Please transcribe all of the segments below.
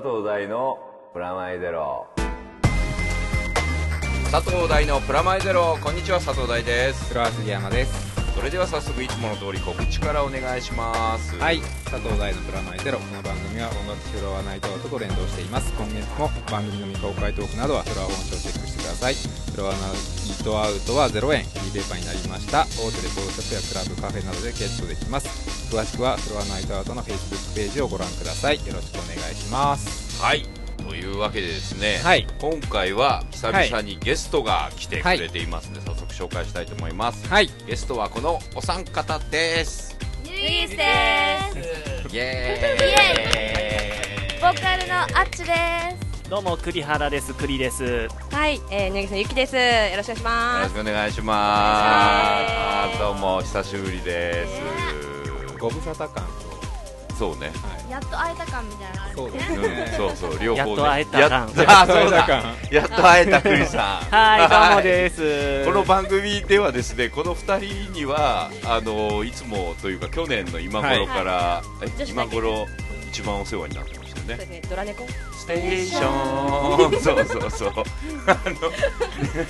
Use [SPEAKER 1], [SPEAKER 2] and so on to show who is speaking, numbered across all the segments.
[SPEAKER 1] 藤大のプラマイゼロ
[SPEAKER 2] 佐藤大のプラマイゼロこんにちは佐藤大です
[SPEAKER 3] 黒は杉山です
[SPEAKER 2] それでは早速いつもの通り告知からお願いします
[SPEAKER 3] はい佐藤大のプラマイゼロこの番組は音楽フロアナイトアウトと連動しています今月も番組の未公開トークなどはフロア本社をチェックしてくださいフロアナイトアウトは0円フリーペーパーになりました大手レコードショップやクラブカフェなどでゲットできます詳しくはフロアナイトアウトの Facebook ページをご覧くださいよろしくお願いします
[SPEAKER 2] はいというわけでですね、
[SPEAKER 3] はい
[SPEAKER 2] 今回は久々にゲストが来てくれていますので、早速紹介したいと思います、
[SPEAKER 3] はい
[SPEAKER 2] ゲストはこのお三方 です
[SPEAKER 4] ゆいすです
[SPEAKER 2] イエーイ
[SPEAKER 4] ボーカルのあっちです
[SPEAKER 5] どうも栗原です栗です
[SPEAKER 4] はい、えー、にぎさんゆきですよろしくお願
[SPEAKER 2] よ
[SPEAKER 4] いし
[SPEAKER 2] ろ
[SPEAKER 4] ま
[SPEAKER 2] し
[SPEAKER 4] す
[SPEAKER 2] くお願いします
[SPEAKER 4] お願いします
[SPEAKER 2] あーどうも久しぶりです、
[SPEAKER 3] ご無沙汰感と
[SPEAKER 2] そうね
[SPEAKER 3] はい
[SPEAKER 4] やっと会えた感みたいな
[SPEAKER 3] そうです
[SPEAKER 2] うん
[SPEAKER 3] ね、
[SPEAKER 2] そうそう両方ね
[SPEAKER 5] やっと会え
[SPEAKER 2] や
[SPEAKER 5] た感
[SPEAKER 2] っあーそう
[SPEAKER 3] やっと会えた
[SPEAKER 2] だ
[SPEAKER 3] 感
[SPEAKER 2] やっと会えた栗さん
[SPEAKER 5] はいどうもです、
[SPEAKER 2] この番組ではですねこの2人にはあのいつもというか去年の今頃から、え
[SPEAKER 4] 女子
[SPEAKER 2] 今
[SPEAKER 4] だけ
[SPEAKER 2] 頃一番お世話になってましたよ
[SPEAKER 4] そうで
[SPEAKER 2] ね
[SPEAKER 4] すねドラ猫
[SPEAKER 2] ステーション そうそうそう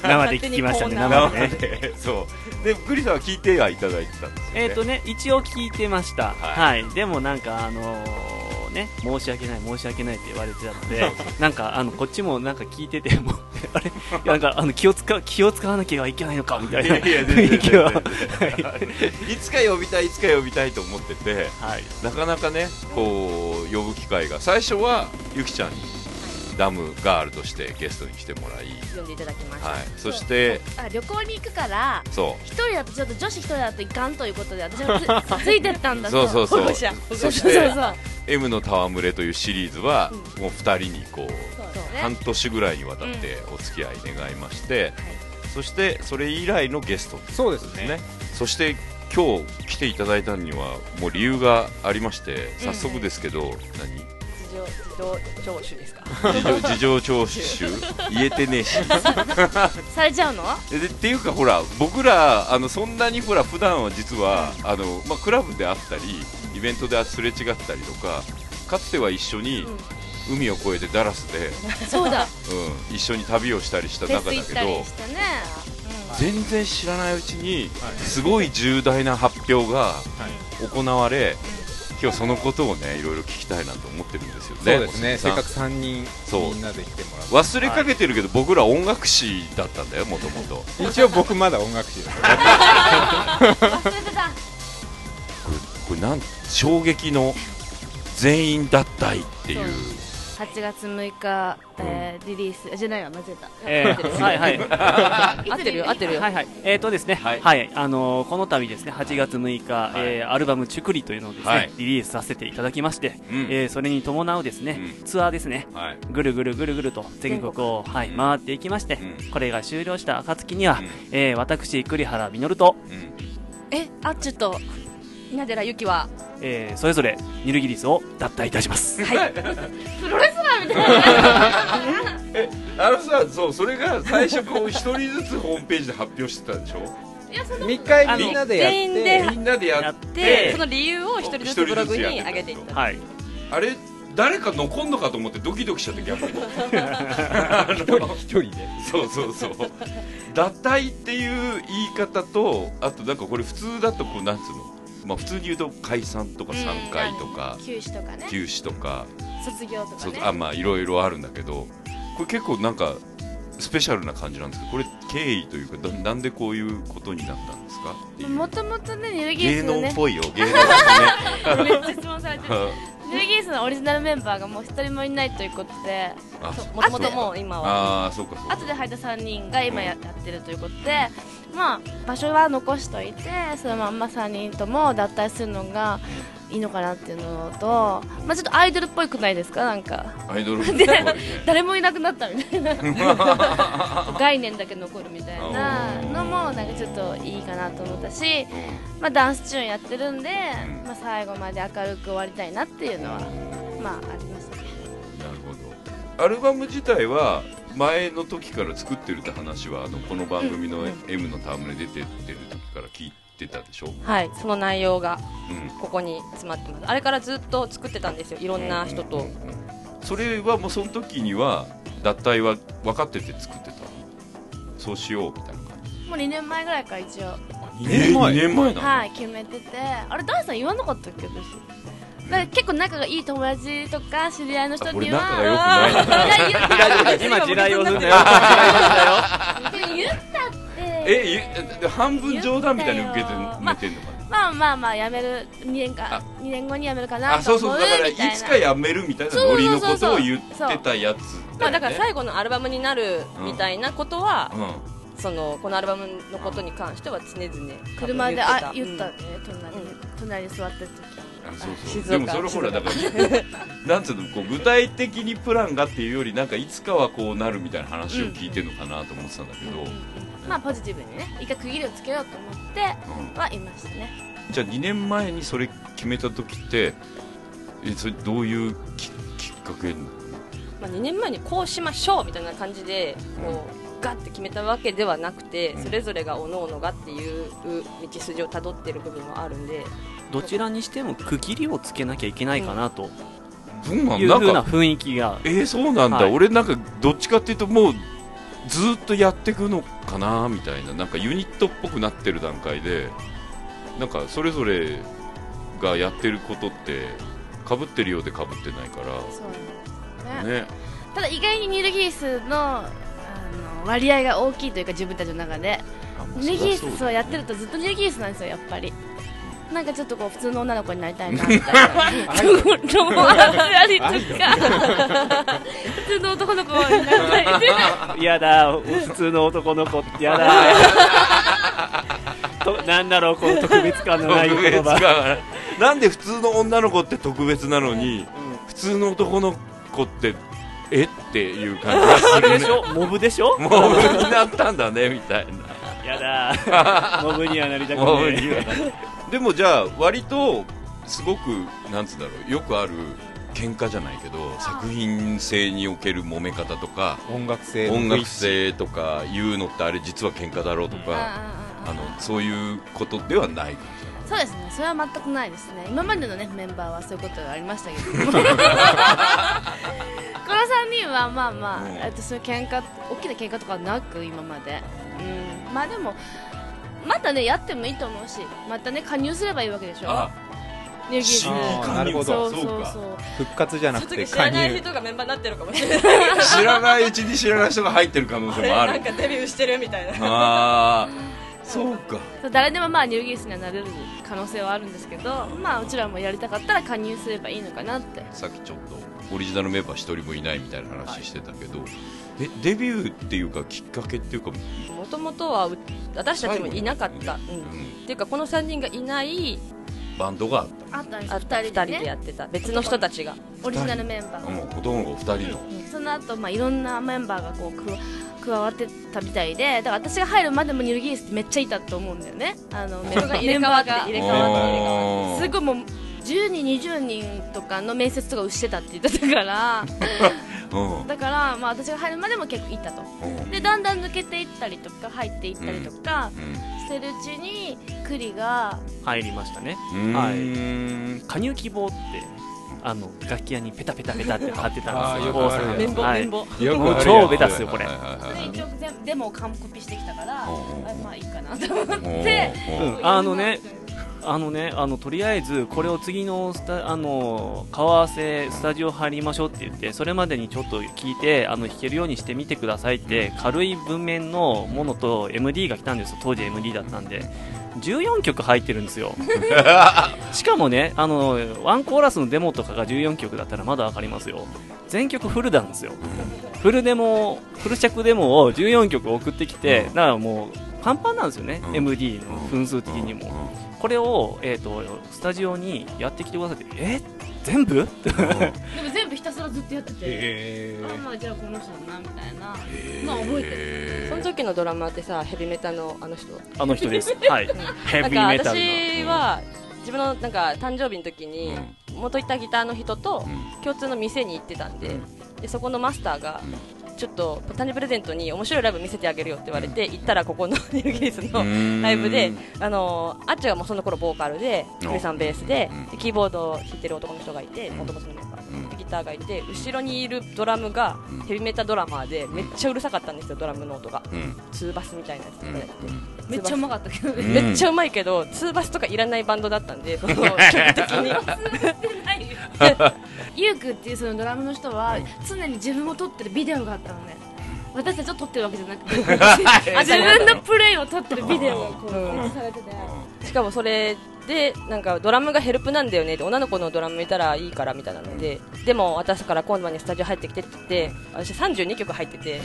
[SPEAKER 5] 生で聞きましたね
[SPEAKER 4] 勝
[SPEAKER 2] な
[SPEAKER 5] 生
[SPEAKER 2] の
[SPEAKER 5] でね
[SPEAKER 2] でそうで栗さんは聞いてはいただいてたんですよね
[SPEAKER 5] えっ、とね一応聞いてました
[SPEAKER 2] は
[SPEAKER 5] はい、でもなんかあのーね申し訳ない申し訳ないって言われてたの でなんかあのこっちもなんか聞いててもうあれなんかあの気を使う気を使わなきゃいけないのかみたい
[SPEAKER 2] い
[SPEAKER 5] な
[SPEAKER 2] や いや全
[SPEAKER 5] 雰
[SPEAKER 2] 然
[SPEAKER 5] 囲気は
[SPEAKER 2] 全然いつか呼びたいいつか呼びたいと思ってて
[SPEAKER 5] はい
[SPEAKER 2] なかなかねこう呼ぶ機会が最初はゆきちゃんにダムガールとしてゲストに来てもらい
[SPEAKER 4] 呼んでいただきました、
[SPEAKER 2] はい、そして
[SPEAKER 6] あ旅行に行くから
[SPEAKER 2] そ
[SPEAKER 6] 一人だとちょっと女子一人だといかんということで私がつ ついてったんだ
[SPEAKER 2] そうそうそう
[SPEAKER 6] 保護者
[SPEAKER 2] う
[SPEAKER 6] そ
[SPEAKER 2] そうし
[SPEAKER 6] そう
[SPEAKER 2] て
[SPEAKER 6] そう
[SPEAKER 2] M の戯れというシリーズはもう2人にこう
[SPEAKER 6] そうね
[SPEAKER 2] 半年ぐらいにわたってお付き合い願いましてそしてそれ以来のゲストで
[SPEAKER 3] そうです
[SPEAKER 2] す
[SPEAKER 3] ね
[SPEAKER 2] ねそして今日来ていただいたのにはもう理由がありまして早速ですけど
[SPEAKER 4] 事情事情聴取ですか
[SPEAKER 2] 何事情事 情聴取言えてねえし
[SPEAKER 6] されちゃうの
[SPEAKER 2] えでっていうかほら僕らあのそんなにほら普段は実はあの、まあ、クラブであったりイベントですれ違ったりとかかつては一緒に海を越えてダラスで、
[SPEAKER 6] そ うだ
[SPEAKER 2] うん、一緒に旅をしたりした
[SPEAKER 6] フェ
[SPEAKER 2] 中
[SPEAKER 6] ス
[SPEAKER 2] だ
[SPEAKER 6] 行っ
[SPEAKER 2] け
[SPEAKER 6] たり
[SPEAKER 2] ど
[SPEAKER 6] してね
[SPEAKER 2] 全然知らないうちに
[SPEAKER 3] はい
[SPEAKER 2] すごい重大な発表が
[SPEAKER 3] はい
[SPEAKER 2] 行われ今日そのことをねいろいろ聞きたいなと思ってるんですよね。
[SPEAKER 3] そうです
[SPEAKER 2] 小杉
[SPEAKER 3] ね
[SPEAKER 2] さ
[SPEAKER 3] せ
[SPEAKER 2] ん
[SPEAKER 3] っかく3人
[SPEAKER 2] そう
[SPEAKER 3] みんなで来てもらって
[SPEAKER 2] 忘れかけてるけど僕ら音楽誌だったんだよもともと。
[SPEAKER 3] 一応僕まだ音楽誌です
[SPEAKER 6] 忘れてた
[SPEAKER 2] これこれなん衝撃の全員脱退っていう
[SPEAKER 6] 8月6日、えーリリースあじゃないわ間違えた
[SPEAKER 5] えー、はいはい
[SPEAKER 4] 合ってるよ合ってるよ
[SPEAKER 5] はいはい、えーとですね、
[SPEAKER 2] は
[SPEAKER 5] はいい、あのーこの度ですね、8月6日、
[SPEAKER 2] い
[SPEAKER 5] えーアルバムチュクリというのをですね、
[SPEAKER 2] はい
[SPEAKER 5] リリースさせていただきまして、
[SPEAKER 2] うん
[SPEAKER 5] えーそれに伴うですね、
[SPEAKER 2] うん
[SPEAKER 5] ツアーですね。
[SPEAKER 2] はい
[SPEAKER 5] ぐるぐるぐるぐると全国をはい、
[SPEAKER 2] うん
[SPEAKER 5] 回っていきまして、
[SPEAKER 2] うん
[SPEAKER 5] これが終了した暁には、
[SPEAKER 2] うん
[SPEAKER 5] えー私栗原実と、
[SPEAKER 2] うん
[SPEAKER 4] えあっちと稲寺ゆきは
[SPEAKER 5] えーそれぞれニルギリスを脱退いたします、
[SPEAKER 2] あのさそうそれが最初こう一人ずつホームページで発表してたでしょ
[SPEAKER 3] 3回みんなでやっ
[SPEAKER 4] 全員
[SPEAKER 3] て
[SPEAKER 4] で
[SPEAKER 2] みんなでや
[SPEAKER 5] や
[SPEAKER 2] っ
[SPEAKER 5] って
[SPEAKER 4] でその理由を一人ずつブログに上げていった
[SPEAKER 5] はい
[SPEAKER 2] あれ誰か残んのかと思ってドキドキしちゃって逆に あの
[SPEAKER 3] 一人で
[SPEAKER 2] そうそうそう脱退っていう言い方とあとなんかこれ普通だとこうなんつうのまあ普通に言うと解散とか散会とか
[SPEAKER 6] 休止とかね
[SPEAKER 2] 休止とか
[SPEAKER 6] 卒業とか
[SPEAKER 2] そう
[SPEAKER 6] ね
[SPEAKER 2] あまあいろいろあるんだけどこれ結構なんかスペシャルな感じなんですけどこれ経緯というかだなんでこういうことになったんですかっていう
[SPEAKER 6] もともとねニルギー
[SPEAKER 2] 芸
[SPEAKER 6] スの
[SPEAKER 2] 能
[SPEAKER 6] ね
[SPEAKER 2] っぽいよ芸能
[SPEAKER 6] め っちゃ質問されてる
[SPEAKER 2] ね
[SPEAKER 6] ニルギースのオリジナルメンバーがもう一人もいないということで
[SPEAKER 2] あ
[SPEAKER 4] そう
[SPEAKER 2] そう
[SPEAKER 4] もともともう今は
[SPEAKER 2] あーそうかそうか
[SPEAKER 6] 後で入った3人が今ややってるということで、まあ、場所は残しといてそのまんま3人とも脱退するのがいいのかなっていうのと、まあ、ちょっとアイドルっぽいくないですかなんか
[SPEAKER 2] アイドルっぽい ね
[SPEAKER 6] 誰もいなくなったみたいな概念だけ残るみたいなのもなんかちょっといいかなと思ったし、まあ、ダンスチューンやってるんで、まあ、最後まで明るく終わりたいなっていうのは、まあ、ありますね。
[SPEAKER 2] うんなるほどアルバム自体は前の時から作ってるって話はあのこの番組の M のタームで出てってる時から聞いてたでしょ、うん、
[SPEAKER 4] はいその内容がここに詰まってますあれからずっと作ってたんですよいろんな人と
[SPEAKER 2] それはもうその時には脱退は分かってて作ってたそうしようみたいな感じ
[SPEAKER 6] もう2年前ぐらいから一応
[SPEAKER 2] 2年前 ,2 年前なの、
[SPEAKER 6] はい決めててあれダンさん言わなかったっけ私だから結構仲がいい友達とか知り合いの人には
[SPEAKER 2] あ俺仲
[SPEAKER 6] うんいや言
[SPEAKER 5] 今地雷をするんだよ
[SPEAKER 6] 言ったって
[SPEAKER 2] えゆ半分冗談みたいに受けて寝てんのかな、
[SPEAKER 6] まあまあまあやめる2年
[SPEAKER 2] あ
[SPEAKER 6] か二年後にやめるか
[SPEAKER 2] あ
[SPEAKER 6] な
[SPEAKER 2] そ
[SPEAKER 6] と
[SPEAKER 2] う
[SPEAKER 6] 思う
[SPEAKER 2] そうだ
[SPEAKER 6] み
[SPEAKER 2] か
[SPEAKER 6] た
[SPEAKER 2] ら
[SPEAKER 6] い
[SPEAKER 2] いつ
[SPEAKER 6] な
[SPEAKER 2] かやめるみたいなノリのことを言っ
[SPEAKER 6] そうそうそ
[SPEAKER 2] て
[SPEAKER 6] う
[SPEAKER 2] たやつ
[SPEAKER 4] まあ、
[SPEAKER 2] よね
[SPEAKER 4] だから最後のアルバムになるみたいなことは、そのこのアルバムのことに関しては常々
[SPEAKER 6] 車であ言った
[SPEAKER 4] う
[SPEAKER 6] ね
[SPEAKER 4] ん
[SPEAKER 6] 隣
[SPEAKER 4] う
[SPEAKER 6] に隣に座ってる時
[SPEAKER 2] うんあそうそう
[SPEAKER 4] 静
[SPEAKER 2] で
[SPEAKER 4] 岡
[SPEAKER 2] もそれほらだから なんつうのこう具体的にプランがっていうよりなんかいつかはこうなるみたいな話を聞いてるのかなと思ってたんだけど、
[SPEAKER 6] まあポジティブにね一回区切りをつけようと思っては言いましたね
[SPEAKER 2] じゃあ2年前にそれ決めた時ってえそれどういうききっかけなの
[SPEAKER 4] まあ、2年前にこうしましょうみたいな感じでこうガッて決めたわけではなくて
[SPEAKER 2] うん
[SPEAKER 4] それぞれが各々がっていう道筋をたどってる部分もあるんで
[SPEAKER 5] どちらにしても区切りをつけなきゃいけないかなと
[SPEAKER 2] そうないん
[SPEAKER 5] う
[SPEAKER 2] だ
[SPEAKER 5] 風
[SPEAKER 2] な
[SPEAKER 5] なん
[SPEAKER 2] か
[SPEAKER 5] 雰囲気が
[SPEAKER 2] えー、そうなんだ、
[SPEAKER 5] はい
[SPEAKER 2] 俺なんかどっちかっていうともうずーっとやっていくのかなみたいななんかユニットっぽくなってる段階でなんかそれぞれがやってることってかぶってるようでかぶってないから
[SPEAKER 6] そうね
[SPEAKER 2] ね
[SPEAKER 6] ただ意外にニルギースのあの割合が大きいというか自分たちの中で
[SPEAKER 2] あもう
[SPEAKER 6] ニルギース
[SPEAKER 2] そ
[SPEAKER 6] を
[SPEAKER 2] り
[SPEAKER 6] や
[SPEAKER 2] ゃ
[SPEAKER 6] っ
[SPEAKER 2] そう
[SPEAKER 6] て
[SPEAKER 2] だ
[SPEAKER 6] るとずっとニルギースなんですよやっぱりなんかちょっとこう普通の女の子になりたいなみたいな
[SPEAKER 4] ロマン
[SPEAKER 6] やりとか普通の男の子になりたい
[SPEAKER 5] やだ普通の男の子って やだとなんだろうこの特別感のない
[SPEAKER 2] 特別
[SPEAKER 5] 言葉
[SPEAKER 2] がなんで普通の女の子って特別なのに、普通の男の子ってえっていう感じがする
[SPEAKER 5] で
[SPEAKER 2] ね
[SPEAKER 5] しょモブでしょ
[SPEAKER 2] モブになったんだねみたいな
[SPEAKER 5] やだ モブにはなりたく
[SPEAKER 2] もう
[SPEAKER 5] ない
[SPEAKER 2] い
[SPEAKER 5] い
[SPEAKER 2] わでもじゃあ割とすごくなんつうんだろうよくある喧嘩じゃないけど作品性における揉め方とか
[SPEAKER 3] 音楽性
[SPEAKER 2] 音楽性とかいうのってあれ実は喧嘩だろうとか、
[SPEAKER 6] な
[SPEAKER 2] あのそういうことではない感
[SPEAKER 6] そうですねそれは全くないですね今までのねメンバーはそういうことがありましたけどこの3人はまあまあ、
[SPEAKER 2] うん
[SPEAKER 6] えっとそういう喧嘩大きな喧嘩とかはなく今までうんまあでもまたねやってもいいと思うしまたね加入すればいいわけでし
[SPEAKER 2] じ
[SPEAKER 6] ょ
[SPEAKER 2] あ
[SPEAKER 6] ニューギース
[SPEAKER 2] 新
[SPEAKER 6] に
[SPEAKER 2] 規加
[SPEAKER 3] なる
[SPEAKER 2] 入
[SPEAKER 3] ほ
[SPEAKER 2] か
[SPEAKER 3] ど
[SPEAKER 6] そう
[SPEAKER 2] そ
[SPEAKER 6] そううそう
[SPEAKER 2] か
[SPEAKER 3] 復活じゃな
[SPEAKER 4] そ
[SPEAKER 3] く
[SPEAKER 4] の時
[SPEAKER 3] て
[SPEAKER 4] 知ら
[SPEAKER 3] 加
[SPEAKER 4] ない
[SPEAKER 3] 入
[SPEAKER 4] 人がメンバーになってるかもしれない
[SPEAKER 2] 知らないうちに知らない人が入ってる可能性もあ
[SPEAKER 4] な
[SPEAKER 2] る
[SPEAKER 4] んかデビューしてるみたいな
[SPEAKER 2] ああそうか
[SPEAKER 6] そう誰でもまあニューギースにはなれる可能性はあるんですけどまあうちらもやりたかったら加入すればいいのかなって
[SPEAKER 2] さっきちょっとオリジナルメンバー一人もいないみたいな話してたけど、えデビューっていうかきっかけっていうか
[SPEAKER 4] もともとはう私たちもいなかっ
[SPEAKER 2] 最
[SPEAKER 4] た、
[SPEAKER 2] 後
[SPEAKER 4] う
[SPEAKER 2] に
[SPEAKER 4] ん
[SPEAKER 2] ねうん
[SPEAKER 4] っていうかこの3人がいない
[SPEAKER 2] バンドがあった
[SPEAKER 6] あったんです
[SPEAKER 4] あった2人でや
[SPEAKER 6] ね
[SPEAKER 4] ってた別の人たちが
[SPEAKER 6] オリジナルメンバー
[SPEAKER 2] うん、子供が2人の
[SPEAKER 6] その後、まあいろんなメンバーがこう加わ加わってたみたいでだから私が入るまでもニルギースってめっちゃいたと思うんだよねあのメンバーが入れ替わって入れ替わってすごいもう10人20人とかの面接とかをしてたって言ってたから
[SPEAKER 2] うん
[SPEAKER 6] だから、まあ、私が入るまでも結構いたと
[SPEAKER 2] うん
[SPEAKER 6] でだんだん抜けていったりとか入っていったりとかしてるうちにクリが
[SPEAKER 5] 入りましたね
[SPEAKER 2] うん
[SPEAKER 5] はいう
[SPEAKER 2] ーん
[SPEAKER 5] 加入希望ってあの楽器屋にペタペタペタって貼ってたんで
[SPEAKER 3] あー
[SPEAKER 5] すよ
[SPEAKER 3] よくあるやつ
[SPEAKER 5] 大阪のはい
[SPEAKER 4] ボ
[SPEAKER 3] よ
[SPEAKER 5] もう超ベタっすよこれ
[SPEAKER 2] はいはいはいはい
[SPEAKER 6] 一応全部デモを完コピしてきたからあ
[SPEAKER 2] うん
[SPEAKER 6] まあいいかなと思っ
[SPEAKER 2] お
[SPEAKER 6] て
[SPEAKER 2] ーおー
[SPEAKER 5] あのねあのねあのとりあえずこれを次のスタあの顔合わせスタジオ入りましょうって言ってそれまでにちょっと聞いてあの弾けるようにしてみてくださいって軽い文面のものと MD が来たんですよ当時 MD だったんで14曲入ってるんで すよしかもねあのワンコーラスのデモとかが14曲だったらまだ分かりますよ全曲フルなんですよフルデモフル尺デモを14曲送ってきてだからもうパンパンなんですよね
[SPEAKER 2] うん
[SPEAKER 5] MD の分数的にもこれを、えー、とスタジオにやってきてくださいってえ全部
[SPEAKER 6] でも全部ひたすらずっとやってて、
[SPEAKER 3] え
[SPEAKER 6] あまあじゃあこの人だなみたいなのは覚えてる、
[SPEAKER 4] その時のドラマーってさヘビメタのあの人
[SPEAKER 5] あの人です、はい、ヘビー
[SPEAKER 4] な
[SPEAKER 5] メ
[SPEAKER 4] んか
[SPEAKER 5] タル
[SPEAKER 4] 私
[SPEAKER 5] な
[SPEAKER 4] は自分のなんか誕生日の時に元いたギターの人と共通の店に行ってたんででそこのマスターがちょっと誕生日プレゼントに面白いライブ見せてあげるよって言われて行ったらここの ニューギースの
[SPEAKER 2] うん
[SPEAKER 4] ライブであのあっちがもうその頃ボーカルでクリさんベースで
[SPEAKER 2] うん
[SPEAKER 4] でキーボードを弾いてる男の人がいて
[SPEAKER 2] ん
[SPEAKER 4] 元々のメンバーってギターがいて後ろにいるドラムが
[SPEAKER 2] うん
[SPEAKER 4] ヘビメタドラマーでめっちゃうるさかったんですよドラムの音が
[SPEAKER 2] うん
[SPEAKER 4] ツーバスみたいなやつとかで
[SPEAKER 6] めっちゃうまかったけど
[SPEAKER 2] う
[SPEAKER 6] ね
[SPEAKER 2] ん
[SPEAKER 4] めっちゃうまいけどツーバスとかいらないバンドだったんでその曲的に
[SPEAKER 6] ユウクっていうそのドラムの人は常に自分を撮ってるビデオがあったのね私たちを撮ってるわけじゃなくて自分のプレイを撮ってるビデオがこう
[SPEAKER 4] うん
[SPEAKER 6] 映されてて
[SPEAKER 4] しかもそれでなんかドラムがヘルプなんだよねって女の子のドラムいたらいいからみたいなので、でも私から今度にスタジオ入ってきてって言って私32曲入ってて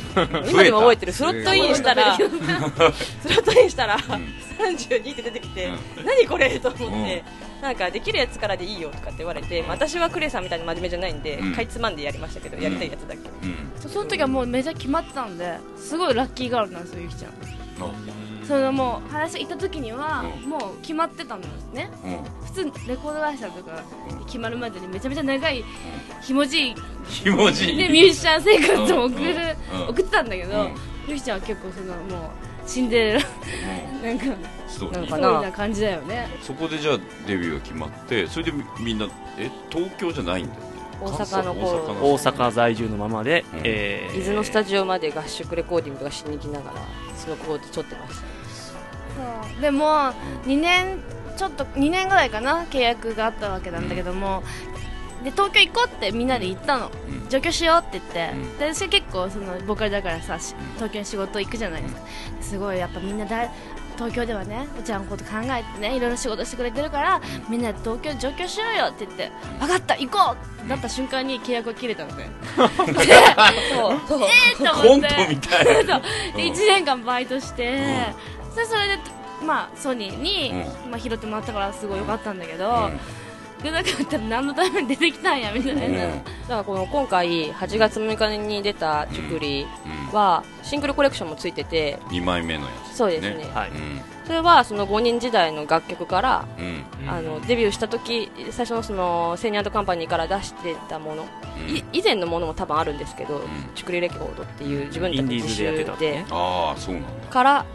[SPEAKER 4] 今でも覚えてるスロットインしたらスロ ットインしたら32って出てきて、何これと思って、なんかできるやつからでいいよとかって言われて、私はクレイさんみたいに真面目じゃないんで、
[SPEAKER 2] うん
[SPEAKER 4] かいつまんでやりましたけどやりたいやつだけ、
[SPEAKER 2] うん
[SPEAKER 6] その時はもうメジャー決まってたんですごいラッキーガールなんですよゆきちゃんそのもう話行った時には
[SPEAKER 2] うん
[SPEAKER 6] もう決まってたんですね
[SPEAKER 2] うん
[SPEAKER 6] 普通レコード会社とか決まるまでにめちゃめちゃ長いひもじい
[SPEAKER 2] ひもじい
[SPEAKER 6] でミュージシャン生活を送る
[SPEAKER 2] うんうん
[SPEAKER 6] 送ってたんだけ
[SPEAKER 2] う
[SPEAKER 6] ど
[SPEAKER 2] ん
[SPEAKER 6] ゆきちゃんは結構そのもうシンデレラ
[SPEAKER 2] うん
[SPEAKER 6] なんか
[SPEAKER 2] ストー
[SPEAKER 4] な
[SPEAKER 2] リ
[SPEAKER 4] ん
[SPEAKER 2] ー
[SPEAKER 4] か
[SPEAKER 6] そういうような感じだよね
[SPEAKER 2] そこでじゃあデビューが決まってそれでみみんなえ東京じゃないんだよね
[SPEAKER 4] 大阪の
[SPEAKER 2] 関西
[SPEAKER 4] 頃
[SPEAKER 5] 大阪在住のままで、
[SPEAKER 2] うん
[SPEAKER 5] えー
[SPEAKER 4] 伊豆のスタジオまで合宿レコーディングとかしに行きながらそのコード撮ってました
[SPEAKER 6] そうでも2年ちょっと2年ぐらいかな契約があったわけなんだけども、で東京行こうってみんなで行ったの、
[SPEAKER 2] うん
[SPEAKER 6] 上京しようって言っ
[SPEAKER 2] う
[SPEAKER 6] て、
[SPEAKER 2] ん
[SPEAKER 6] で私結構そのボーカルだからさし東京に仕事行くじゃないですかすごいやっぱみんなだ東京ではねうちらのこと考えてねいろいろ仕事してくれてるからみんなで東京上京しようよって言って分かった行こうってなった瞬間に契約が切れたのねで
[SPEAKER 4] そうそう
[SPEAKER 6] えーっと
[SPEAKER 2] コ
[SPEAKER 6] 思っ
[SPEAKER 2] ント
[SPEAKER 6] て
[SPEAKER 2] み たいな
[SPEAKER 6] で1年間バイトして、でそれで、まあ、ソニーに、まあ、拾ってもらったからすごい良かったんだけど、でなかったら何のために出てきたんやみたいな、
[SPEAKER 2] うんうん
[SPEAKER 4] だからこの今回8月6日に出た「チュクリ」はシングルコレクションもついてて
[SPEAKER 2] 2枚目のやつ
[SPEAKER 4] そうですね
[SPEAKER 5] はい
[SPEAKER 4] それはその5人時代の楽曲から、
[SPEAKER 2] うんうん
[SPEAKER 4] あのデビューした時最初のそのセニアンドカンパニーから出してたもの、
[SPEAKER 2] うん
[SPEAKER 4] い以前のものも多分あるんですけど、
[SPEAKER 2] ん
[SPEAKER 4] チュクリレコードっていう自分
[SPEAKER 5] イ
[SPEAKER 4] たち
[SPEAKER 5] ン
[SPEAKER 4] の
[SPEAKER 5] ディー
[SPEAKER 4] 自
[SPEAKER 5] ズでやってた
[SPEAKER 4] 主
[SPEAKER 5] わけ
[SPEAKER 4] で
[SPEAKER 5] ね
[SPEAKER 2] ああそうなんだ
[SPEAKER 4] から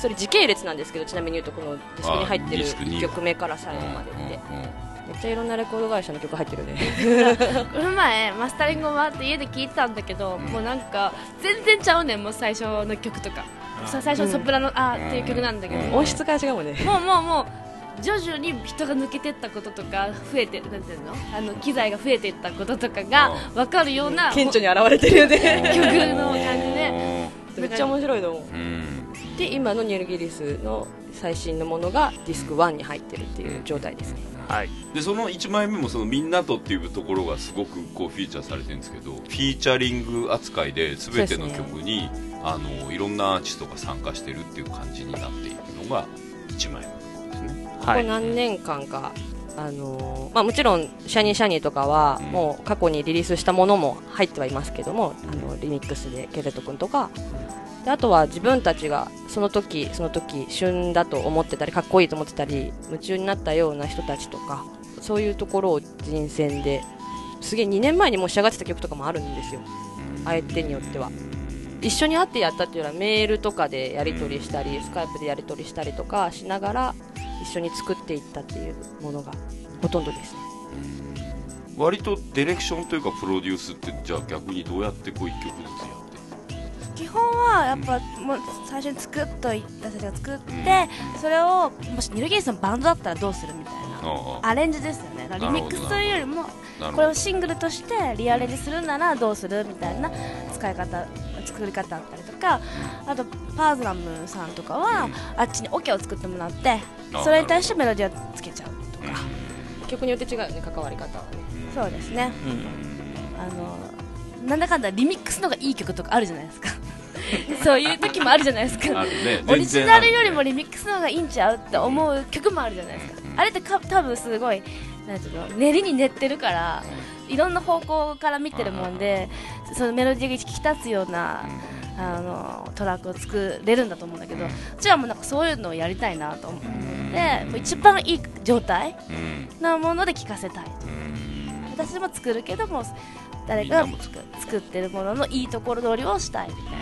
[SPEAKER 4] それ時系列なんですけどちなみに言うとこのディスクに入ってる
[SPEAKER 2] あディスクに
[SPEAKER 4] 1曲目から最後までって、めっちゃいろんなレコード会社の曲入ってるね
[SPEAKER 6] この前マスタリングを回って家で聴いてたんだけど、
[SPEAKER 2] ん
[SPEAKER 6] もうなんか全然ちゃうねんもう最初の曲とかさ最初のソプラノ、あーっていう曲なんだけど、
[SPEAKER 2] うん
[SPEAKER 6] も
[SPEAKER 4] 音質が違うもんね
[SPEAKER 6] うもうもう徐々に人が抜けてったこととか増えてなんていうのあの機材が増えていったこととかが分かるような、
[SPEAKER 4] 顕著に現れてるよね
[SPEAKER 6] 曲の感じね
[SPEAKER 4] めっちゃ面白いと思う
[SPEAKER 2] うん
[SPEAKER 4] で今のニューギリスの最新のものがディスク1に入ってるっていう状態ですね
[SPEAKER 5] はい、
[SPEAKER 2] でその1枚目もその「みんなと」っていうところがすごくこうフィーチャーされてるんですけどフィーチャリング扱いで全ての曲に、あのいろんなアーティストが参加してるっていう感じになっているのが1枚目ですね
[SPEAKER 4] こ
[SPEAKER 5] は
[SPEAKER 4] こ
[SPEAKER 5] い、
[SPEAKER 4] 何年間か、あのーまあ、もちろん「シャニーシャニー」とかは
[SPEAKER 2] うん
[SPEAKER 4] もう過去にリリースしたものも入ってはいますけども、あのリミックスでケルト君とかであとは自分たちがその時その時旬だと思ってたりかっこいいと思ってたり夢中になったような人たちとかそういうところを人選ですげえ2年前にもう仕上がってた曲とかもあるんですよ相手によっては。一緒に会ってやったっていうのはメールとかでやり取りしたりスカイプでやり取りしたりとかしながら一緒に作っていったっていうものがほとんどですね
[SPEAKER 2] 割とディレクションというかプロデュースってじゃあ逆にどうやってこう1曲ずつやって
[SPEAKER 7] 基本はやっぱもう最初に作っとい私たちが作ってそれをもしニルギリスのバンドだったらどうするみたい
[SPEAKER 2] あ
[SPEAKER 7] な
[SPEAKER 2] あ
[SPEAKER 7] アレンジですよねだからリミックスというよりも
[SPEAKER 2] なる
[SPEAKER 7] こ
[SPEAKER 2] ほ
[SPEAKER 7] れ
[SPEAKER 2] ど
[SPEAKER 7] をシングルとしてリアレンジするならどうするみたいな使い方作り方だったりとかあとパーズナムさんとかはあっちにオ、ケを作ってもらって
[SPEAKER 2] あ
[SPEAKER 7] それに対してメロディをつけちゃうとか
[SPEAKER 4] 曲によって違うよね関わり方はね
[SPEAKER 7] そうですね
[SPEAKER 5] うん
[SPEAKER 7] あのなんだかんだリミックスの方がいい曲とかあるじゃないですか そういう時もあるじゃないですか
[SPEAKER 2] あるね
[SPEAKER 7] オリジナルよりも
[SPEAKER 2] リ
[SPEAKER 7] リミックスの方がいいんちゃうって思う曲もあるじゃないですか、あれってか多分すごいなんていうの練りに練ってるから、いろんな方向から見てるもんで、そのメロディーが引き立つような、あのトラックを作れるんだと思うんだけど、うちはもうなんかそういうのをやりたいなと思って、もう一番いい状態
[SPEAKER 2] うん
[SPEAKER 7] なもので聴かせたい、私も作るけども誰かが
[SPEAKER 2] みんなも作
[SPEAKER 7] 作ってるもののいいところ取りをしたいみたいな。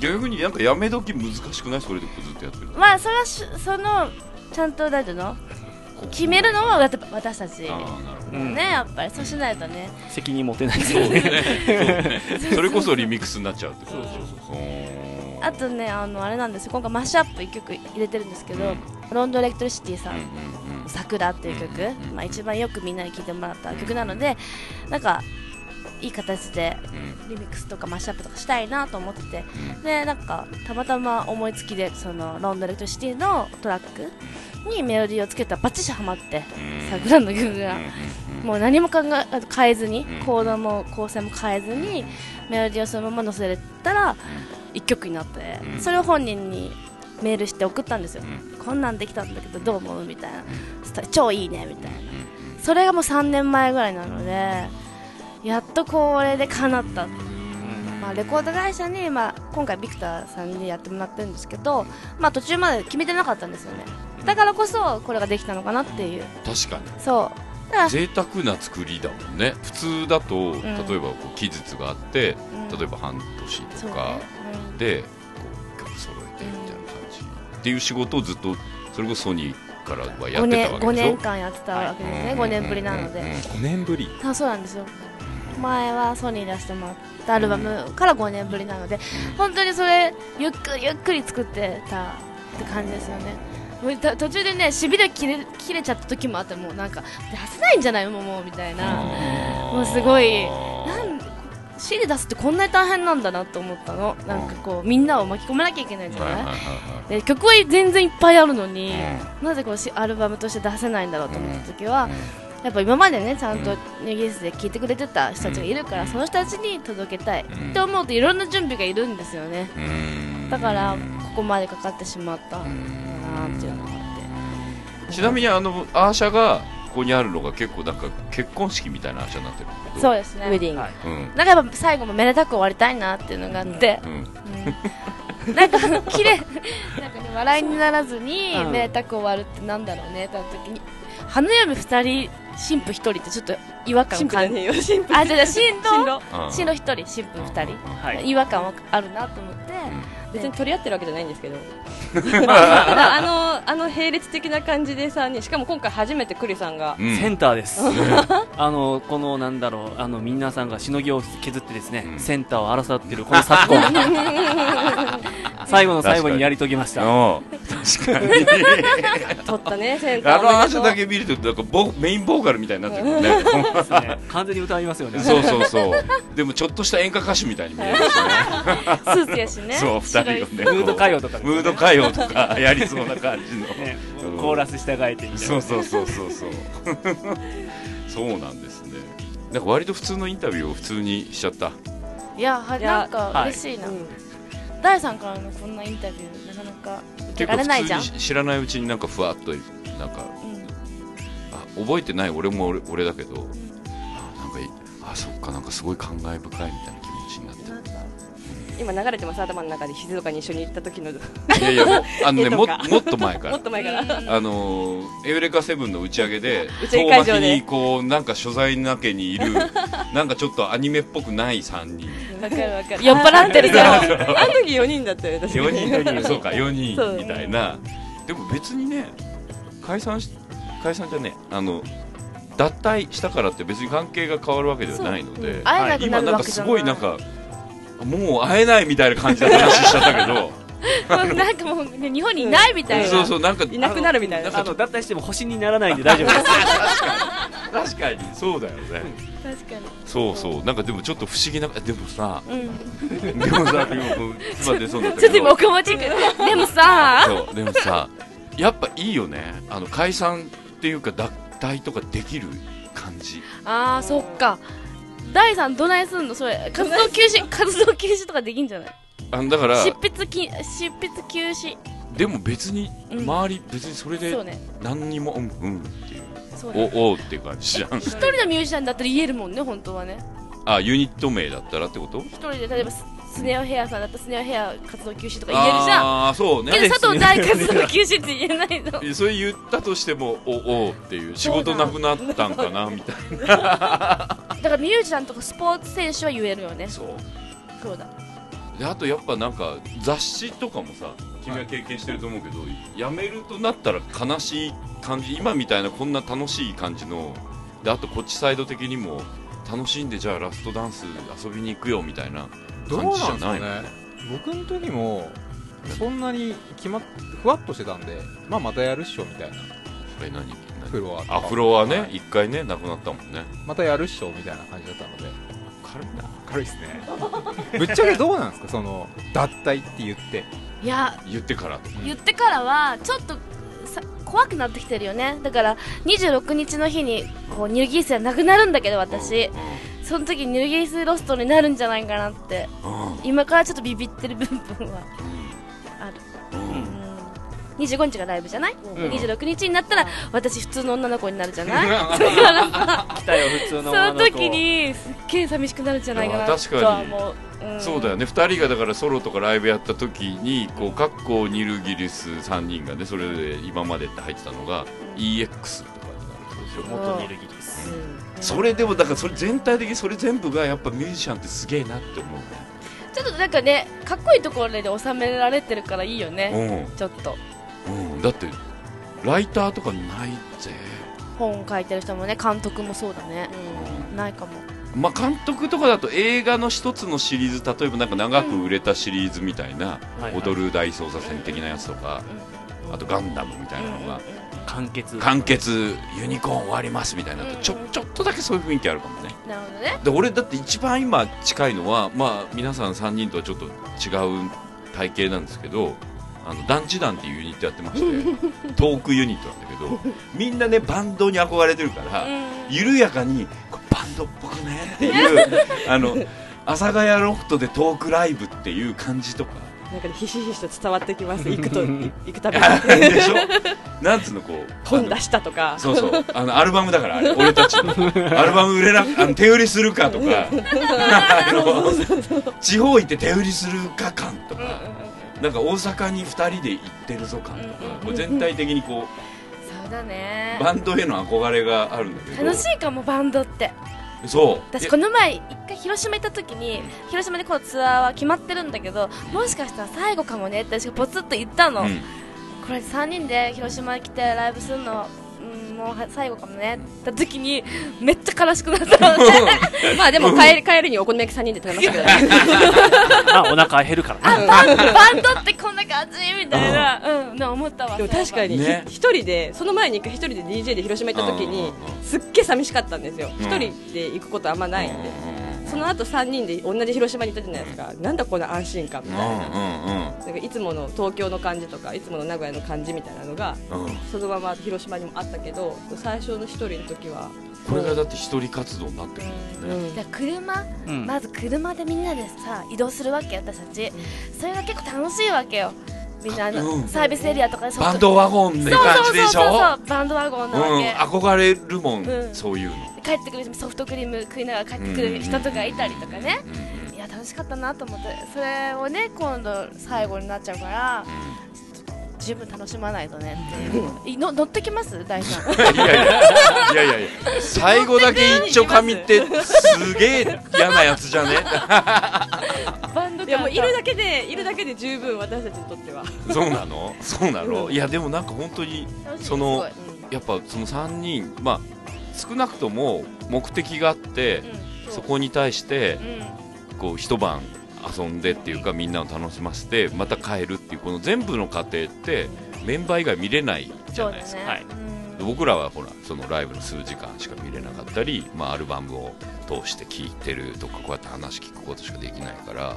[SPEAKER 2] 逆になんかやめ時難しくないそれでこうずっとやってると
[SPEAKER 7] まあそれはしそのちゃんとなんていうの
[SPEAKER 6] 決めるのはやっぱ私たちね
[SPEAKER 2] ああなるほ
[SPEAKER 5] うん
[SPEAKER 6] やっぱりそうしないとね
[SPEAKER 5] 責任持てないです
[SPEAKER 2] どそう
[SPEAKER 5] ね。
[SPEAKER 2] ねそうねそれこそリミックスになっちゃうってことでしょうん
[SPEAKER 6] あとねあのあれなんですよ今回マッシュアップ1曲入れてるんですけど、
[SPEAKER 2] うん
[SPEAKER 6] ロンドンエレクトリシティさ
[SPEAKER 2] うん
[SPEAKER 6] ん
[SPEAKER 2] うんうん
[SPEAKER 6] 桜っていう曲、
[SPEAKER 2] うん
[SPEAKER 6] まあ、一番よくみんなに聴いてもらった曲なのでなんかいい形で
[SPEAKER 2] うん
[SPEAKER 6] リミックスとかマッシュアップとかしたいなと思ってて
[SPEAKER 2] うん
[SPEAKER 6] でなんかたまたま思いつきでそのロンドンエレクトリシティのトラックにメロディーをつけたらバッチシハマって桜の曲が
[SPEAKER 2] うん
[SPEAKER 6] もう何も考え変えずに
[SPEAKER 2] うん
[SPEAKER 6] コードも構成も変えずにメロディーをそのまま載せれたら一曲になって
[SPEAKER 2] うん
[SPEAKER 6] それを本人にメールして送ったんですよ
[SPEAKER 2] う
[SPEAKER 6] こんなんできたんだけどどう思うみたいなそしたら超いいねみたいな
[SPEAKER 2] うん
[SPEAKER 6] それがもう3年前ぐらいなのでやっとこれで叶ったまあ、レコード会社に、まあ、今回ビクターさんにやってもらってるんですけど、まあ、途中まで決めてなかったんですよねだからこそこれができたのかなっていう
[SPEAKER 2] 確かに
[SPEAKER 6] そうだから
[SPEAKER 2] 贅沢な作りだもんね普通だと例えばこう期日があって、
[SPEAKER 6] うん
[SPEAKER 2] 例えば半年
[SPEAKER 6] そ
[SPEAKER 2] と
[SPEAKER 6] う
[SPEAKER 2] か
[SPEAKER 6] ね、
[SPEAKER 2] でこう曲揃えてみたいな感じ、っていう仕事をずっとそれこそソニーからはや
[SPEAKER 6] うん、
[SPEAKER 2] って
[SPEAKER 6] 5, 年
[SPEAKER 2] たわけ
[SPEAKER 6] 5
[SPEAKER 2] でしょ
[SPEAKER 6] 年間やってたわけですね5年ぶりなので、
[SPEAKER 2] うんうんうん
[SPEAKER 3] 5年ぶり
[SPEAKER 6] あそうなんですよ前はソニーに出してもらったアルバムから5年ぶりなので本当にそれゆっくりゆっくり作ってたって感じですよねもうた途中でねしびれ切れ切れちゃった時もあってもうなんか出せないんじゃないもうもうみたいなもうすごいなんシール出すってこんなに大変なんだなと思ったのなんかこうみんなを巻き込まなきゃいけないじゃ
[SPEAKER 2] はいはい
[SPEAKER 6] な
[SPEAKER 2] はい
[SPEAKER 6] い、
[SPEAKER 2] は
[SPEAKER 6] で曲は全然いっぱいあるのに、なぜこうしアルバムとして出せないんだろうと思った時は、やっぱ今までねちゃんとニューギースで聴いてくれてた人たちがいるから、その人たちに届けたい、
[SPEAKER 2] ん
[SPEAKER 6] って思うといろんな準備がいるんですよね
[SPEAKER 2] いうん
[SPEAKER 6] だからここまでかかってしまったんだなっていうのがあって
[SPEAKER 2] ちなみにあのアーシャがここにあるのが結構なんか結婚式みたいなアーシャになってるんだけど
[SPEAKER 6] そうですね
[SPEAKER 4] ウェディング、
[SPEAKER 5] はい
[SPEAKER 2] うん
[SPEAKER 6] なんかやっぱ最後もめでたく終わりたいなっていうのがあって、
[SPEAKER 2] うん
[SPEAKER 6] うんなんか綺麗なんかね笑いにならずに
[SPEAKER 5] うん
[SPEAKER 6] めでたく終わるってなんだろうねってなった時に花嫁2人新婦1人ってちょっと違和感を
[SPEAKER 4] 神父だ
[SPEAKER 6] 感じ
[SPEAKER 4] ね神父
[SPEAKER 6] あ違う違う新
[SPEAKER 4] 新
[SPEAKER 6] 郎
[SPEAKER 4] 郎
[SPEAKER 2] あー
[SPEAKER 6] 新郎1人新婦2人
[SPEAKER 5] はい。
[SPEAKER 6] 違和感はあるなと思って、
[SPEAKER 4] 別に取り合ってるわけじゃないんですけどまあまあなあのあの並列的な感じでさにしかも今回初めてクリさんが
[SPEAKER 2] うん
[SPEAKER 5] センターです。あの、このなんだろう、あの、みんなさんがしのぎを削ってですね
[SPEAKER 2] う、ん
[SPEAKER 5] センターを争ってるこの昨今。最後の最後にやり遂げました。
[SPEAKER 2] 確かに
[SPEAKER 4] 取ったねセンター
[SPEAKER 2] あのアーシャ
[SPEAKER 4] おめ
[SPEAKER 2] だ
[SPEAKER 4] でと
[SPEAKER 2] け見るとなんかボメインボーカルみたいになってるもんね
[SPEAKER 5] ですね完全に歌いますよね。
[SPEAKER 2] そうそうそうでもちょっとした演歌歌手みたいに見えるしね
[SPEAKER 6] スーツやしね
[SPEAKER 2] そう二人をね
[SPEAKER 5] ムード歌謡とか
[SPEAKER 2] ムード歌謡とかやりそうな感じ の、
[SPEAKER 5] ね
[SPEAKER 2] うん
[SPEAKER 5] コーラス従えてみたい
[SPEAKER 2] そ
[SPEAKER 5] な
[SPEAKER 2] う。そうそうそうそう そうなんですねなんか割と普通のインタビューを普通にしちゃった
[SPEAKER 6] いやはい
[SPEAKER 4] や
[SPEAKER 6] なんか嬉しいうな、
[SPEAKER 4] うん
[SPEAKER 6] 第三からのこんなインタビューなかなか
[SPEAKER 2] 結
[SPEAKER 6] 受けら
[SPEAKER 2] 構
[SPEAKER 6] れないじゃん
[SPEAKER 2] 普通に知らないうちになんかふわっとなんか
[SPEAKER 6] うん
[SPEAKER 2] あ覚えてない俺も俺俺だけどあなんかいあそっかなんかすごい感慨深いみたいな気持ちになってる
[SPEAKER 4] 今流れてます頭の中で静岡に一緒に行った時の
[SPEAKER 2] いやいやもうあのね
[SPEAKER 4] 絵と
[SPEAKER 2] も
[SPEAKER 4] か
[SPEAKER 2] もっと前か
[SPEAKER 4] も
[SPEAKER 2] ら
[SPEAKER 4] っと前から
[SPEAKER 2] あのーエウレカセブンの打ち上げ で
[SPEAKER 4] 打ち上
[SPEAKER 2] 遠
[SPEAKER 4] げ会場で
[SPEAKER 2] 巻きにこうなんか所在なけにいるなんかちょっとアニメっぽくない3人
[SPEAKER 6] わかるわかる
[SPEAKER 4] 酔っ払ってるじゃんあの時4人だったよ私
[SPEAKER 2] 4人そうか4
[SPEAKER 4] そ
[SPEAKER 2] 人
[SPEAKER 4] う
[SPEAKER 2] みたいなでも別にね解散し解散じゃねえあの脱退したからって別に関係が変わるわけではないので、
[SPEAKER 6] 会えなくな
[SPEAKER 2] 今
[SPEAKER 6] る
[SPEAKER 2] なん
[SPEAKER 6] わ
[SPEAKER 2] か
[SPEAKER 6] けじ
[SPEAKER 2] す
[SPEAKER 6] ゃない
[SPEAKER 2] ごいなんかもう会えないみたいな感じの話しちゃったけ ど
[SPEAKER 6] も うなんかもうね日本にいないみたいな、
[SPEAKER 2] そうそうなんか
[SPEAKER 4] いなくなるみたいな
[SPEAKER 5] あの、脱退しても星にならないんで大丈夫です。
[SPEAKER 2] 確かにそうだよね
[SPEAKER 6] 確か
[SPEAKER 2] そうそうなんかでもちょっと不思議なでもさ
[SPEAKER 6] に、うん、
[SPEAKER 2] でもさでも今出そうになった
[SPEAKER 6] ち
[SPEAKER 2] け
[SPEAKER 6] ょっと今
[SPEAKER 2] ど
[SPEAKER 6] 岡本ちゃんが でもさ
[SPEAKER 2] そうでもさやっぱいいよねあの解散っていうか脱退とかできる感じ
[SPEAKER 6] あーそっか第三どないすんのそれ活動休 止活動休止とかできんじゃない
[SPEAKER 2] あのだから
[SPEAKER 6] 執筆き執筆休止
[SPEAKER 2] でも別に
[SPEAKER 6] うん
[SPEAKER 2] 周り、別にそれ
[SPEAKER 6] そう
[SPEAKER 2] で
[SPEAKER 6] ね
[SPEAKER 2] 何にもうんうんっていう
[SPEAKER 6] そうね
[SPEAKER 2] おおうっていう感じじゃん
[SPEAKER 6] 一人のミュージシャンだったら言えるもんね本当はね
[SPEAKER 2] あユニット名だったらってこと
[SPEAKER 6] 一人で例えばススネオヘアさんだったらスネオヘア活動休止とか言えるじゃん
[SPEAKER 2] ああーそう
[SPEAKER 6] け
[SPEAKER 2] ね
[SPEAKER 6] ど佐藤大 活動休止って言え ないの
[SPEAKER 2] それ言ったとしてもおおうっていう仕事なくなったんかなみたい
[SPEAKER 6] だからミュージシャンとかスポーツ選手は言えるよね
[SPEAKER 2] なそう
[SPEAKER 6] そうだ
[SPEAKER 2] であとやっぱなんか雑誌とかもさ君は経験してると思うけど、やめるとなったら悲しい感じ今みたいなこんな楽しい感じのであとこっちサイド的にも楽しんでじゃあラストダンス遊びに行くよみたいな
[SPEAKER 3] どう
[SPEAKER 2] 感じじゃ
[SPEAKER 3] なんですか
[SPEAKER 2] ない
[SPEAKER 3] ね
[SPEAKER 2] もん
[SPEAKER 3] 僕の時もそんなに決まっふわっとしてたんで、まあ、またやるっしょみたいな
[SPEAKER 2] え何何
[SPEAKER 3] フロアとか
[SPEAKER 2] アフロはね、
[SPEAKER 3] い
[SPEAKER 2] 一回ねなくなったもんね
[SPEAKER 3] またやるっしょみたいな感じだったので
[SPEAKER 2] 軽いな
[SPEAKER 3] 軽いですね ぶっちゃけどうなんですかその脱退って言って
[SPEAKER 6] いや
[SPEAKER 2] 言ってからとか
[SPEAKER 6] 言ってからはちょっとさ怖くなってきてるよねだから26日の日にこうニューギースはなくなるんだけど私その時ニューギースロストになるんじゃないかなって
[SPEAKER 2] うんうん
[SPEAKER 6] 今からちょっとビビってる部分はある
[SPEAKER 2] うん
[SPEAKER 6] うん25日がライブじゃない、26日になったら私普通の女の子になるじゃない
[SPEAKER 5] 来たよ普通の
[SPEAKER 6] そ
[SPEAKER 5] 女
[SPEAKER 6] の
[SPEAKER 5] の子
[SPEAKER 6] 時にすっげえ寂しくなるんじゃないか
[SPEAKER 2] あ
[SPEAKER 6] な
[SPEAKER 2] 確かに
[SPEAKER 6] とは思う、ん
[SPEAKER 2] そうだよね2人がだからソロとかライブやった時にこうカッコニルギリス3人がねそれで今までって入ってたのが EX とかになるってことですよもう
[SPEAKER 5] 元にいるギリス
[SPEAKER 2] それでもだからそれ全体的にそれ全部がやっぱミュージシャンってすげえなって思
[SPEAKER 6] ちょっとなんかねかっこいいところで収められてるからいいよね、
[SPEAKER 2] うね
[SPEAKER 6] ちょっと
[SPEAKER 2] うん、うん、だってライターとかないぜ、
[SPEAKER 6] 本書いてる人もね監督もそうだね、ないかも
[SPEAKER 2] うん、まあ監督とかだと映画の一つのシリーズ例えばなんか長く売れたシリーズみたいな
[SPEAKER 5] はいはい
[SPEAKER 2] 踊る大捜査線的なやつとかあとガンダムみたいなのが
[SPEAKER 5] 完結
[SPEAKER 2] 完結ユニコーン終わりますみたいなのってちょちょっとだけそういう雰囲気あるかもね
[SPEAKER 6] なるほどね
[SPEAKER 2] で俺だって一番今近いのはまあ皆さん3人とはちょっと違う体型なんですけどあの団地団っていうユニットやってましてトークユニットなんだけどみんなねバンドに憧れてるから緩やかにこうバンドっぽくねっていうあの阿佐ヶ谷ロフトでトークライブっていう感じとか
[SPEAKER 4] なんかねひしひしと伝わってきます行くと行くたびに
[SPEAKER 2] でしょなんつうのこう
[SPEAKER 4] 本出したとか
[SPEAKER 2] そうそう、あのアルバムだから、あれ俺たちの、アルバム売れなく、あの手売りするかと か、あの地方行って手売りするか感とか、なんか大阪に2人で行ってるぞ感とか、こう全体的にこ
[SPEAKER 6] そうだね
[SPEAKER 2] う、バンドへの憧れがあるんだけど、
[SPEAKER 6] 楽しいかもバンドって
[SPEAKER 2] そう、
[SPEAKER 6] 私
[SPEAKER 2] え
[SPEAKER 6] この前一回広島行った時に広島でこうツアーは決まってるんだけどもしかしたら最後かもねって私がポツッと言ったの、
[SPEAKER 2] うん
[SPEAKER 6] これ3人で広島来てライブするの、うん、もうは最後かもねって時にめっちゃ悲しくなった のね
[SPEAKER 4] まあでも帰り帰りにお好み焼き3人で食べましたけどね
[SPEAKER 5] あお腹減るからね
[SPEAKER 6] バンドってこんな感じみたいな、うん、ね思ったわ
[SPEAKER 4] でも確かにひ
[SPEAKER 2] ね
[SPEAKER 4] 一人でその前に一回一人で DJ で広島行った時に
[SPEAKER 2] うんうんうん
[SPEAKER 4] すっげえ寂しかったんですよ
[SPEAKER 2] うん
[SPEAKER 4] 一人で行くことあんまないんで
[SPEAKER 2] う
[SPEAKER 4] その後3人で同じ広島に行ったじゃないですかなんだこの安心感み
[SPEAKER 2] ん
[SPEAKER 4] たいな
[SPEAKER 2] う
[SPEAKER 4] なんかいつもの東京の感じとかいつもの名古屋の感じみたいなのが
[SPEAKER 2] んうんうんうん
[SPEAKER 4] そのまま広島にもあったけど最初の一人の時は
[SPEAKER 2] これがだって一人活動になってくるんだよね。
[SPEAKER 6] だから車、
[SPEAKER 5] うん
[SPEAKER 6] まず車でみんなでさ移動するわけ私たちそれが結構楽しいわけよみんなあの、
[SPEAKER 2] うん
[SPEAKER 6] サービスエリアとかで
[SPEAKER 2] バンドワゴンって
[SPEAKER 6] そう
[SPEAKER 2] 感
[SPEAKER 6] そ
[SPEAKER 2] じ
[SPEAKER 6] う
[SPEAKER 2] で
[SPEAKER 6] そう
[SPEAKER 2] し
[SPEAKER 6] そう
[SPEAKER 2] ょ
[SPEAKER 6] そうバンドワゴン
[SPEAKER 2] う
[SPEAKER 6] なんわけ、
[SPEAKER 2] 憧れるも、
[SPEAKER 6] うんん
[SPEAKER 2] そういうの。
[SPEAKER 6] 帰ってくる人ソフトクリーム食いながら帰ってくる人とかいたりとかね、
[SPEAKER 2] うんうん
[SPEAKER 6] いや楽しかったなと思ってそれをね今度最後になっちゃうから十分楽しまないとねっていういの乗ってきます大さん
[SPEAKER 2] いやいやいやいやいや最後だけ一丁噛みってすげえ嫌なやつじゃね
[SPEAKER 6] バンド
[SPEAKER 4] いやも
[SPEAKER 6] 感
[SPEAKER 4] ういるだけでいるだけで十分私たちにとっては
[SPEAKER 2] そうなのそうなのいやでもなんか本当に
[SPEAKER 6] 楽しいです
[SPEAKER 2] その
[SPEAKER 6] す
[SPEAKER 2] やっぱその3人まあ少なくとも目的があって
[SPEAKER 6] ごいうん
[SPEAKER 2] そこに対して
[SPEAKER 6] うん
[SPEAKER 2] こう一晩遊んでっていうかみんなを楽しませてまた帰るっていうこの全部の過程ってメンバー以外見れないじゃ
[SPEAKER 6] そう
[SPEAKER 2] ないで
[SPEAKER 6] だ
[SPEAKER 2] すか
[SPEAKER 6] ね、
[SPEAKER 5] はい
[SPEAKER 6] うん
[SPEAKER 2] 僕らはほらそのライブの数時間しか見れなかったり、まあ、アルバムを通して聴いてるとかこうやって話聞くことしかできないから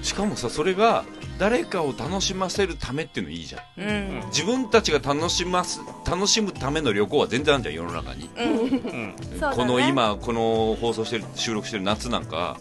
[SPEAKER 2] しかもさそれが誰かを楽しませるためっていうのいいじゃん
[SPEAKER 6] うん
[SPEAKER 2] 自分たちが楽します楽しむための旅行は全然あるじゃん世の中に、
[SPEAKER 5] うん
[SPEAKER 6] そうだね
[SPEAKER 2] この今この放送してる収録してる夏なんか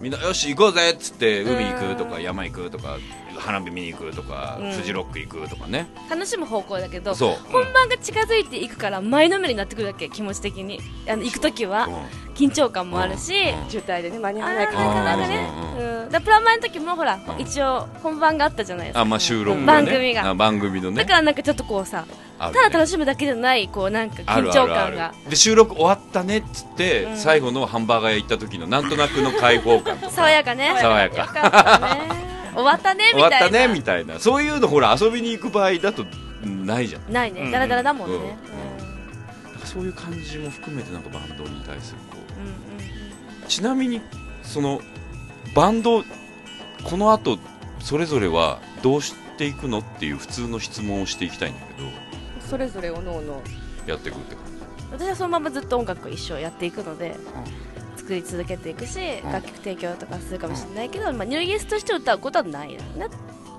[SPEAKER 2] みんなよし行こうぜっつって海行くとか山行くとか花火見に行くとかフジロック行くとかね、
[SPEAKER 6] 楽しむ方向だけど
[SPEAKER 2] そう
[SPEAKER 6] 本番が近づいていくから前のめりになってくるわけ気持ち的にあの行く時は
[SPEAKER 2] うん
[SPEAKER 6] 緊張感もあるし、
[SPEAKER 4] 渋滞でね間に合
[SPEAKER 6] あ
[SPEAKER 4] わ
[SPEAKER 6] ー
[SPEAKER 4] な
[SPEAKER 6] ないか
[SPEAKER 4] か
[SPEAKER 6] な
[SPEAKER 4] ら
[SPEAKER 6] かなかね、うん、だからプラマイの時もほら
[SPEAKER 2] ん
[SPEAKER 6] 一応本番があったじゃないですか
[SPEAKER 2] あまあ収録のね
[SPEAKER 6] 番組が
[SPEAKER 2] あ番組のね
[SPEAKER 6] だからなんかちょっとこうさ
[SPEAKER 2] あるね
[SPEAKER 6] ただ楽しむだけじゃないこうなんか
[SPEAKER 2] あ
[SPEAKER 6] 緊
[SPEAKER 2] るあ
[SPEAKER 6] 張
[SPEAKER 2] るあ
[SPEAKER 6] 感
[SPEAKER 2] る
[SPEAKER 6] が
[SPEAKER 2] で収録終わったねっつって、最 後のハンバーガー屋行った時のなんとなくの開放感
[SPEAKER 6] 爽やかね
[SPEAKER 2] 爽やか
[SPEAKER 6] よかったね終わったねみ
[SPEAKER 2] 終
[SPEAKER 6] た
[SPEAKER 2] わ
[SPEAKER 6] いな
[SPEAKER 2] ったねみたいなそういうのほら遊びに行く場合だとないじゃん
[SPEAKER 6] ないねダラダラだもんね、
[SPEAKER 2] うんなんかそういう感じも含めてなんかバンドに対するこう
[SPEAKER 6] うんうん
[SPEAKER 2] ちなみにそのバンドこの後それぞれはどうしていくのっていう普通の質問をしていきたいんだけど
[SPEAKER 4] それぞれおのおの
[SPEAKER 2] やっていくって感
[SPEAKER 6] 私はそのままずっと音楽を一生やっていくので、作り続けていくし、楽曲提供とかするかもしれないけど、まあ、ニューギースとして歌うことはないな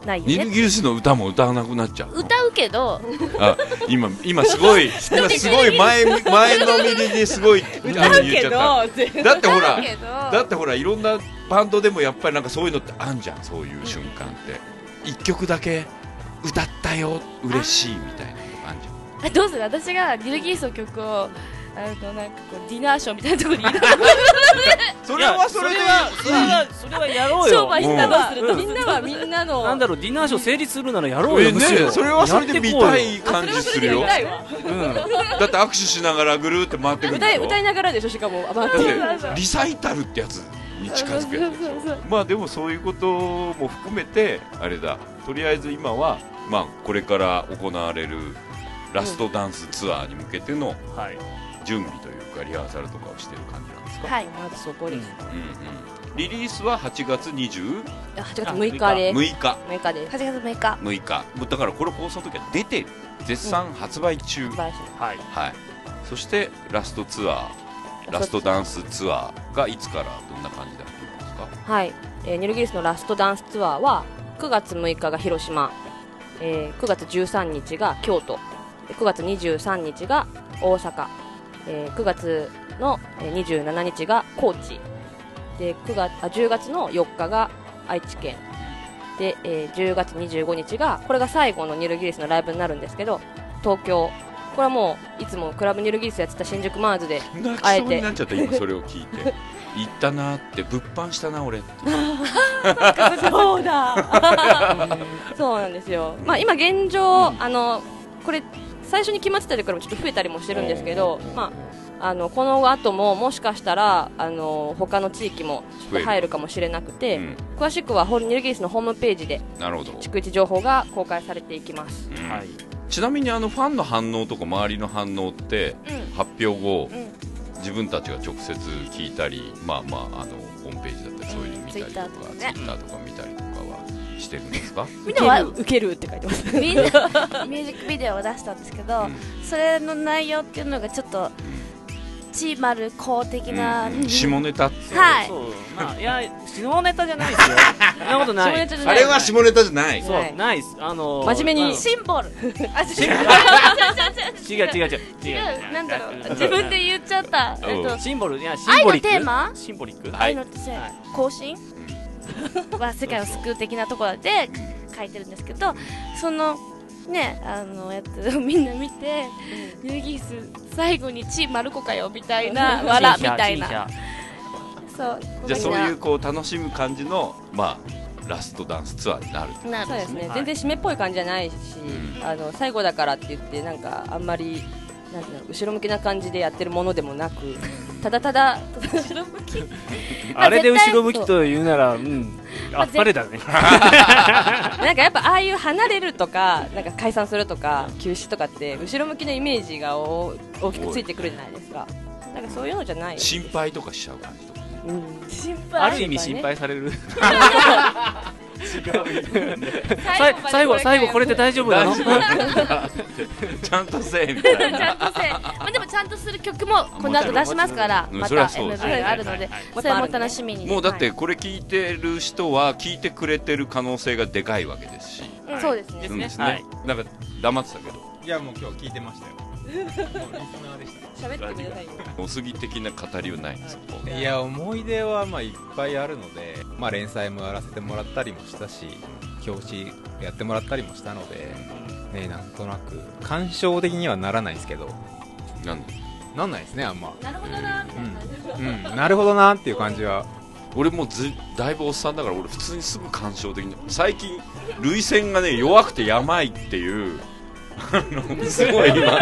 [SPEAKER 6] ないよ
[SPEAKER 2] じニル
[SPEAKER 6] ね
[SPEAKER 2] ギウスの歌も歌わなくなっちゃうの
[SPEAKER 6] 歌うけど
[SPEAKER 2] あ今今すごい今すごい前前のめりですごい歌
[SPEAKER 4] だけど全然
[SPEAKER 2] だってほら
[SPEAKER 6] 歌うけど
[SPEAKER 2] だってほらいろんなバンドでもやっぱりなんかそういうのってあんじゃんそういう瞬間って一曲だけ歌ったよ嬉しいみたいなのあんじゃん
[SPEAKER 6] あどうする私がニューギースの曲をあのなんかこうディナーショーみたいなところにいる
[SPEAKER 2] そ
[SPEAKER 5] い
[SPEAKER 2] れ
[SPEAKER 5] や
[SPEAKER 2] はそれで
[SPEAKER 5] それはそれはやろうよ
[SPEAKER 6] 商売したばすると
[SPEAKER 5] うん
[SPEAKER 4] みんなはみんなの
[SPEAKER 5] なんだろうディナーショー成立するならやろうよ、
[SPEAKER 2] え
[SPEAKER 5] むしろ
[SPEAKER 2] ねそれはそれで見たい
[SPEAKER 4] あ
[SPEAKER 2] 感
[SPEAKER 4] それ
[SPEAKER 2] じ
[SPEAKER 4] はそ
[SPEAKER 2] す
[SPEAKER 4] れで
[SPEAKER 2] るよ
[SPEAKER 4] 見たいわ
[SPEAKER 2] だって握手しながらぐるーって回ってくるん
[SPEAKER 4] 歌
[SPEAKER 2] だ
[SPEAKER 4] い
[SPEAKER 2] よ
[SPEAKER 4] 歌いながらでしょしかもあまあ
[SPEAKER 2] だってリサイタルってやつに近づくやつでしょまあでもそういうことも含めてあれだとりあえず今はまあこれから行われるラストダンスツアーに向けての
[SPEAKER 5] はい
[SPEAKER 2] 準備というかリハーサルとかをしてる感じなんですか、
[SPEAKER 6] はい
[SPEAKER 4] まずそこです
[SPEAKER 2] うんうん、リリースは8月26
[SPEAKER 4] 8月6日で
[SPEAKER 2] 日
[SPEAKER 4] 6日で
[SPEAKER 6] 8月6日
[SPEAKER 2] 6日もうだからこれ放送の時は出てる絶賛発売中、
[SPEAKER 4] 素晴らしい
[SPEAKER 5] はい
[SPEAKER 2] はい、そしてラストツアーラス
[SPEAKER 4] ラス
[SPEAKER 2] ト
[SPEAKER 4] ト
[SPEAKER 2] ダンスツアーがいつからどんな感じだったんですか
[SPEAKER 4] はい、えーニルギリスのラストダンスツアーは9月6日が広島、えー9月13日が京都で9月23日が大阪、えー9月のえー27日が高知で9月あ10月の4日が愛知県で、えー10月25日がこれが最後のニルギリスのライブになるんですけど東京これはもういつもクラブニルギリスやってた新宿マーズで
[SPEAKER 2] 泣き
[SPEAKER 4] あえ
[SPEAKER 2] そう
[SPEAKER 4] て
[SPEAKER 2] になっちゃった今それを聞い て行ったなーって物販したな俺って
[SPEAKER 4] そうだそうなんですよ、まあ、今現状、あのこれ最初に決まってた時からもちょっと増えたりもしてるんですけど、まあ、あのこの後ももしかしたらあの他の地域もちょっと入るかもしれなくて、
[SPEAKER 2] うん
[SPEAKER 4] 詳しくはホールニューギリスのホームページで
[SPEAKER 2] なるほど、
[SPEAKER 4] 逐一情報が公開されていきます
[SPEAKER 2] うん
[SPEAKER 5] はい
[SPEAKER 2] ちなみにあのファンの反応とか周りの反応って、発表後、自分たちが直接聞いたりまあまああのホームページだったりそういうの見たりとか、
[SPEAKER 6] う
[SPEAKER 2] ツ
[SPEAKER 6] ん
[SPEAKER 2] イッターとか見たりとかはしてるんですか
[SPEAKER 6] みんなは
[SPEAKER 4] 受けるって書いてます
[SPEAKER 6] みんなミュージックビデオを出したんですけど、
[SPEAKER 2] うん
[SPEAKER 6] それの内容っていうのがちょっとチーマル公的 な、
[SPEAKER 2] うん下ネタって
[SPEAKER 6] はい
[SPEAKER 5] そうまあいや下ネタじゃないですよそんなことない
[SPEAKER 4] 下ネタじゃ
[SPEAKER 2] あ
[SPEAKER 4] ない
[SPEAKER 2] れは下ネタじゃない
[SPEAKER 5] そう、
[SPEAKER 4] はい
[SPEAKER 5] ないっすあのー
[SPEAKER 4] 真面目に
[SPEAKER 6] シンボルあ違
[SPEAKER 5] 違う違う違う違う違
[SPEAKER 6] うなんだろう自分で言っちゃった、えっと、
[SPEAKER 5] シンボルいやシンボ
[SPEAKER 6] 愛の
[SPEAKER 5] リック
[SPEAKER 6] テーマ
[SPEAKER 5] シンボリック
[SPEAKER 2] はい
[SPEAKER 6] 愛のせい更新は世界を救う的なところで書いてるんですけどそのねあのやつをみんな見て「ユーギース最後にチーマルコかよ」みたいな「わら」みたいなそう
[SPEAKER 2] じゃあ
[SPEAKER 6] こ
[SPEAKER 2] そ
[SPEAKER 6] ん
[SPEAKER 2] う
[SPEAKER 6] な
[SPEAKER 2] いうこう楽しむ感じの、まあ、ラストダンスツアーになると
[SPEAKER 6] な
[SPEAKER 4] そうですね、
[SPEAKER 5] はい
[SPEAKER 4] 全然締めっぽい感じじゃないし、あの最後だからって言ってなんかあんまりなんていうの後ろ向きな感じでやってるものでもなくただただ後ろ向き
[SPEAKER 5] あれで後ろ向きと言うならうんあっぱれだね
[SPEAKER 4] なんかやっぱああいう離れるとかなんか解散するとか休止とかって後ろ向きのイメージがお大きくついてくるじゃないですかなんかそういうのじゃない、
[SPEAKER 2] 心配とかしちゃう感じ とかね
[SPEAKER 4] うん
[SPEAKER 6] 心
[SPEAKER 5] あ
[SPEAKER 6] 配
[SPEAKER 5] る意味心配される
[SPEAKER 6] 最
[SPEAKER 5] 最
[SPEAKER 6] 後ま
[SPEAKER 5] 後
[SPEAKER 6] で
[SPEAKER 5] 最後最後これで大丈夫な の
[SPEAKER 2] ちゃんとせえみたい
[SPEAKER 6] ちゃん
[SPEAKER 2] な
[SPEAKER 6] とせえ、まあ、でもちゃんとする曲もこの後出しますから
[SPEAKER 2] うん
[SPEAKER 6] ま
[SPEAKER 2] そ
[SPEAKER 6] た
[SPEAKER 2] りゃそうです
[SPEAKER 6] MV があるのでそれも楽しみに
[SPEAKER 2] もうだってこれ聞いてる人は聞いてくれてる可能性がでかいわけですし、
[SPEAKER 6] うんそうですね
[SPEAKER 2] うんですね
[SPEAKER 5] はい
[SPEAKER 2] なんか黙ってたけど
[SPEAKER 3] いやもう今日聞いてま したよもうリスナーでし
[SPEAKER 4] 喋ってくださいよ
[SPEAKER 2] おすぎ的な語りはないんですけど
[SPEAKER 3] たいや思い出はまあいっぱいあるので、まあ、連載もやらせてもらったりもしたし表紙やってもらったりもしたので、ね、なんとなく感傷的にはならないですけど
[SPEAKER 2] なんだ
[SPEAKER 3] なんないですねあんま
[SPEAKER 6] なるほどな
[SPEAKER 3] うん、うん、なるほどなっていう感じは
[SPEAKER 2] 俺もうずだいぶおっさんだから俺普通にすぐ感傷的に最近涙腺がね弱くてやばいっていうあのすごい今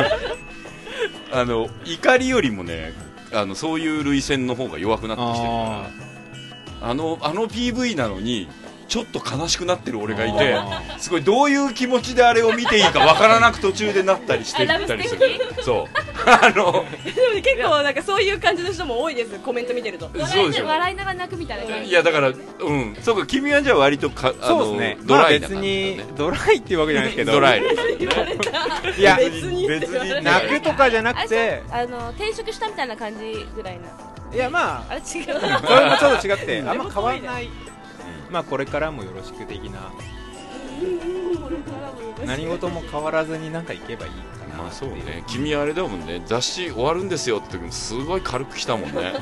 [SPEAKER 2] あの怒りよりもねあのそういう涙腺の方が弱くなってきてるからあのあの PV なのにちょっと悲しくなってる俺がいてすごいどういう気持ちであれを見ていいかわからなく途中でなったりしてったりするそう あの
[SPEAKER 4] も結構なんかそういう感じの人も多いですコメント見てると
[SPEAKER 2] そうでしょ
[SPEAKER 7] 笑いながら泣くみたいな感
[SPEAKER 2] い
[SPEAKER 7] じ
[SPEAKER 2] やだからうんそうか君はじゃあ割とかあ
[SPEAKER 3] そう
[SPEAKER 2] の、
[SPEAKER 3] ですね
[SPEAKER 2] ドライ
[SPEAKER 3] ま
[SPEAKER 2] な
[SPEAKER 3] あ別
[SPEAKER 2] 感じ
[SPEAKER 3] に
[SPEAKER 2] だね
[SPEAKER 3] ドライっていうわけじゃないですけど
[SPEAKER 2] ドライ
[SPEAKER 3] いや
[SPEAKER 4] 別に
[SPEAKER 2] 別に
[SPEAKER 3] 泣くとかじゃなくて
[SPEAKER 7] あの転職したみたいな感じぐらいない
[SPEAKER 3] やまあ
[SPEAKER 7] あれ違う
[SPEAKER 3] それもちょっと違ってあんま変わらないまあこれからもよろしく的な何事も変わらずになんかいけばいいかな
[SPEAKER 2] まあそうね君あれだもんね雑誌終わるんですよって時もすごい軽く来たもんね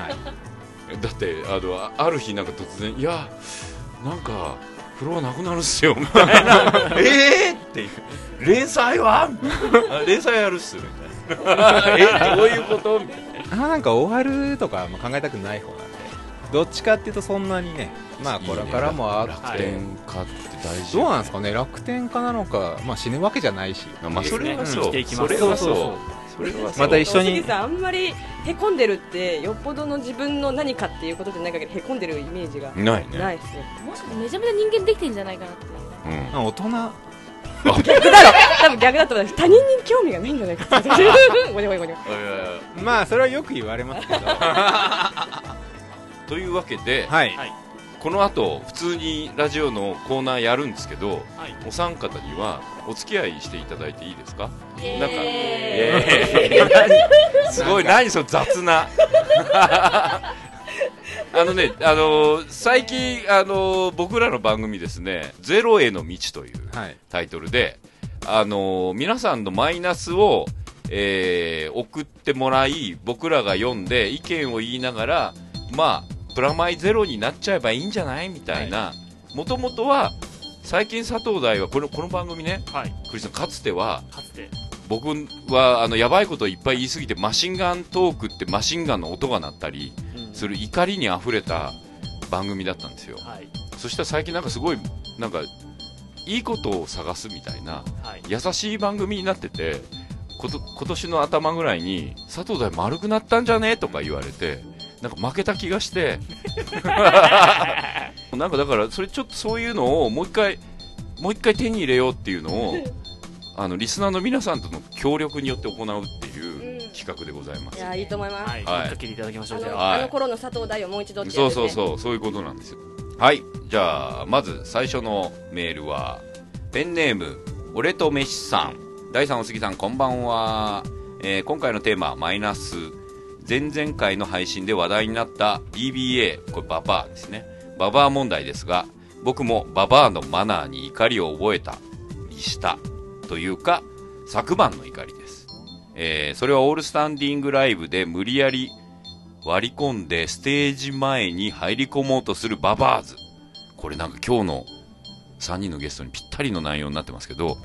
[SPEAKER 3] はい
[SPEAKER 2] だってあのあある日なんか突然「いやなんかフロアなくなるっすよ」みたい な「ええー!」っていう「連載は?」あ 連載やるっす」みたいな「えどういうこと?」みたいな
[SPEAKER 3] あなんか終わるとかも考えたくない方なんでどっちかっていうとそんなにねまあこれからもあ
[SPEAKER 2] い
[SPEAKER 3] っ
[SPEAKER 2] い
[SPEAKER 3] て
[SPEAKER 2] ね楽天買って大事
[SPEAKER 3] どうなんですかね楽天家なのか、まあ、死ぬわけじゃないし
[SPEAKER 2] まあそれは
[SPEAKER 5] うん
[SPEAKER 2] そ
[SPEAKER 5] 生き
[SPEAKER 2] う、
[SPEAKER 5] ていき
[SPEAKER 2] そ
[SPEAKER 5] ます
[SPEAKER 2] れはそうそれはそう
[SPEAKER 3] また一緒に
[SPEAKER 4] 杉さんあんまりへこんでるってよっぽどの自分の何かっていうことでない限りへこんでるイメージが
[SPEAKER 2] ないね
[SPEAKER 4] ないですね
[SPEAKER 7] もしかしてめちゃめちゃ人間できてんじゃないかなって
[SPEAKER 2] うん
[SPEAKER 3] まあ大人
[SPEAKER 4] 逆だろ多分逆だと思います他人に興味がないんじゃないかってごにょごにょごにょ
[SPEAKER 2] いやいやいや
[SPEAKER 3] まあそれはよく言われますけど
[SPEAKER 2] というわけで、
[SPEAKER 3] はい
[SPEAKER 5] はい
[SPEAKER 2] この後普通にラジオのコーナーやるんですけど
[SPEAKER 5] はい
[SPEAKER 2] お三方にはお付き合いしていただいていいですかなんかイエーイすごい何その雑な あのね、あのー最近、あのー僕らの番組ですね「ゼロへの道」という
[SPEAKER 3] はい
[SPEAKER 2] タイトルで、あのー皆さんのマイナスを、えー送ってもらい僕らが読んで意見を言いながらまあプラマイゼロになっちゃえばいいんじゃないみたいなもともとは最近佐藤大はこのこの番組ね
[SPEAKER 5] はい
[SPEAKER 2] クリスさんかつては
[SPEAKER 5] かつて
[SPEAKER 2] 僕はあのやばいことをいっぱい言いすぎてマシンガントークってマシンガンの音が鳴ったりする怒りにあふれた番組だったんですよ
[SPEAKER 5] はい
[SPEAKER 2] そしたら最近なんかすごいなんかいいことを探すみたいな
[SPEAKER 5] はい
[SPEAKER 2] 優しい番組になっててこと今年の頭ぐらいに佐藤大丸くなったんじゃねとか言われてなんか負けた気がして なんかだからそれちょっとそういうのをもう一回もう一回手に入れようっていうのをあのリスナーの皆さんとの協力によって行うっていう
[SPEAKER 4] うん
[SPEAKER 2] 企画でございます、
[SPEAKER 4] いやいいと思います、
[SPEAKER 5] はい
[SPEAKER 2] はい
[SPEAKER 5] かけていただきましょ
[SPEAKER 4] あ
[SPEAKER 5] うじ
[SPEAKER 4] の,、
[SPEAKER 5] ゃあ
[SPEAKER 2] はい
[SPEAKER 4] あの頃の佐藤大をもう一度ってやつ
[SPEAKER 2] そう
[SPEAKER 4] です
[SPEAKER 2] そ
[SPEAKER 4] ね
[SPEAKER 2] うそうそういうことなんですよはいじゃあまず最初のメールはペンネーム俺と飯さん第三おすぎさんこんばんは、えー今回のテーマはマイナス前々回の配信で話題になった BBA これババアですねババア問題ですが僕もババアのマナーに怒りを覚えたりしたというか昨晩の怒りです、えーそれはオールスタンディングライブで無理やり割り込んでステージ前に入り込もうとするババーズこれなんか今日の3人のゲストにぴったりの内容になってますけど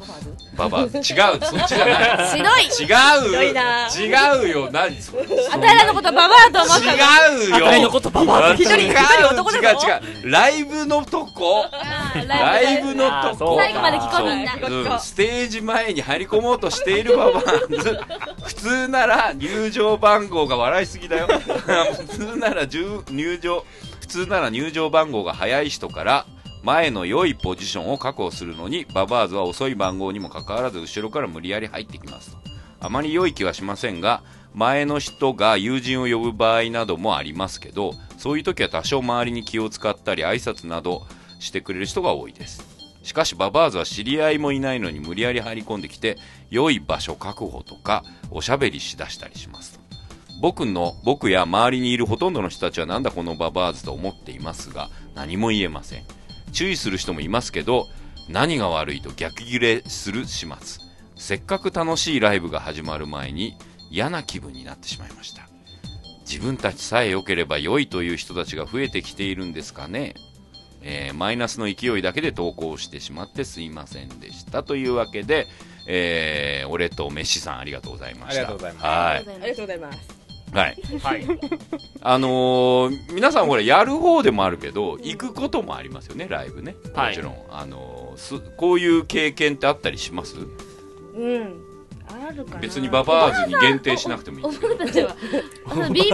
[SPEAKER 2] ババーズ違うそっちじゃない
[SPEAKER 7] ひどい
[SPEAKER 2] 違う
[SPEAKER 4] ひどいな
[SPEAKER 2] 違うよ何それ
[SPEAKER 7] あたいらのことババアだと思った
[SPEAKER 2] 違うよ
[SPEAKER 5] あたいのことババア
[SPEAKER 2] 違う
[SPEAKER 5] 一人一
[SPEAKER 4] 人男だぞ
[SPEAKER 2] 違う違うライブのとこライブのとこ
[SPEAKER 7] 最後まで聞こう
[SPEAKER 2] そう
[SPEAKER 7] みんな
[SPEAKER 2] うんステージ前に入り込もうとしているババアズ普通なら入場番号が笑いすぎだよ 普通なら入入場普通なら入場番号が早い人から前の良いポジションを確保するのにババアズは遅い番号にもかかわらず後ろから無理やり入ってきますとあまり良い気はしませんが前の人が友人を呼ぶ場合などもありますけどそういう時は多少周りに気を使ったり挨拶などしてくれる人が多いですしかしババアーズは知り合いもいないのに無理やり入り込んできて良い場所確保とかおしゃべりしだしたりしますと僕の僕や周りにいるほとんどの人たちはなんだこのババアーズと思っていますが何も言えません注意する人もいますけど何が悪いと逆ギレする始末せっかく楽しいライブが始まる前に嫌な気分になってしまいました自分たちさえ良ければ良いという人たちが増えてきているんですかねえーマイナスの勢いだけで投稿してしまってすいませんでしたというわけで、えー俺とメシさんありがとうございました
[SPEAKER 3] ありがとうございます
[SPEAKER 2] はい
[SPEAKER 4] ありがとうございます
[SPEAKER 2] はい
[SPEAKER 5] はい
[SPEAKER 2] あのー皆さんほらやる方でもあるけど行くこともありますよねライブねも
[SPEAKER 5] はい
[SPEAKER 2] ちろん、あのーすこういう経験ってあったりします
[SPEAKER 4] うんあ
[SPEAKER 6] るかな
[SPEAKER 2] 別にババアーズに限定しなくて もいい
[SPEAKER 6] お
[SPEAKER 2] ですけど
[SPEAKER 6] 前たちはあの BBA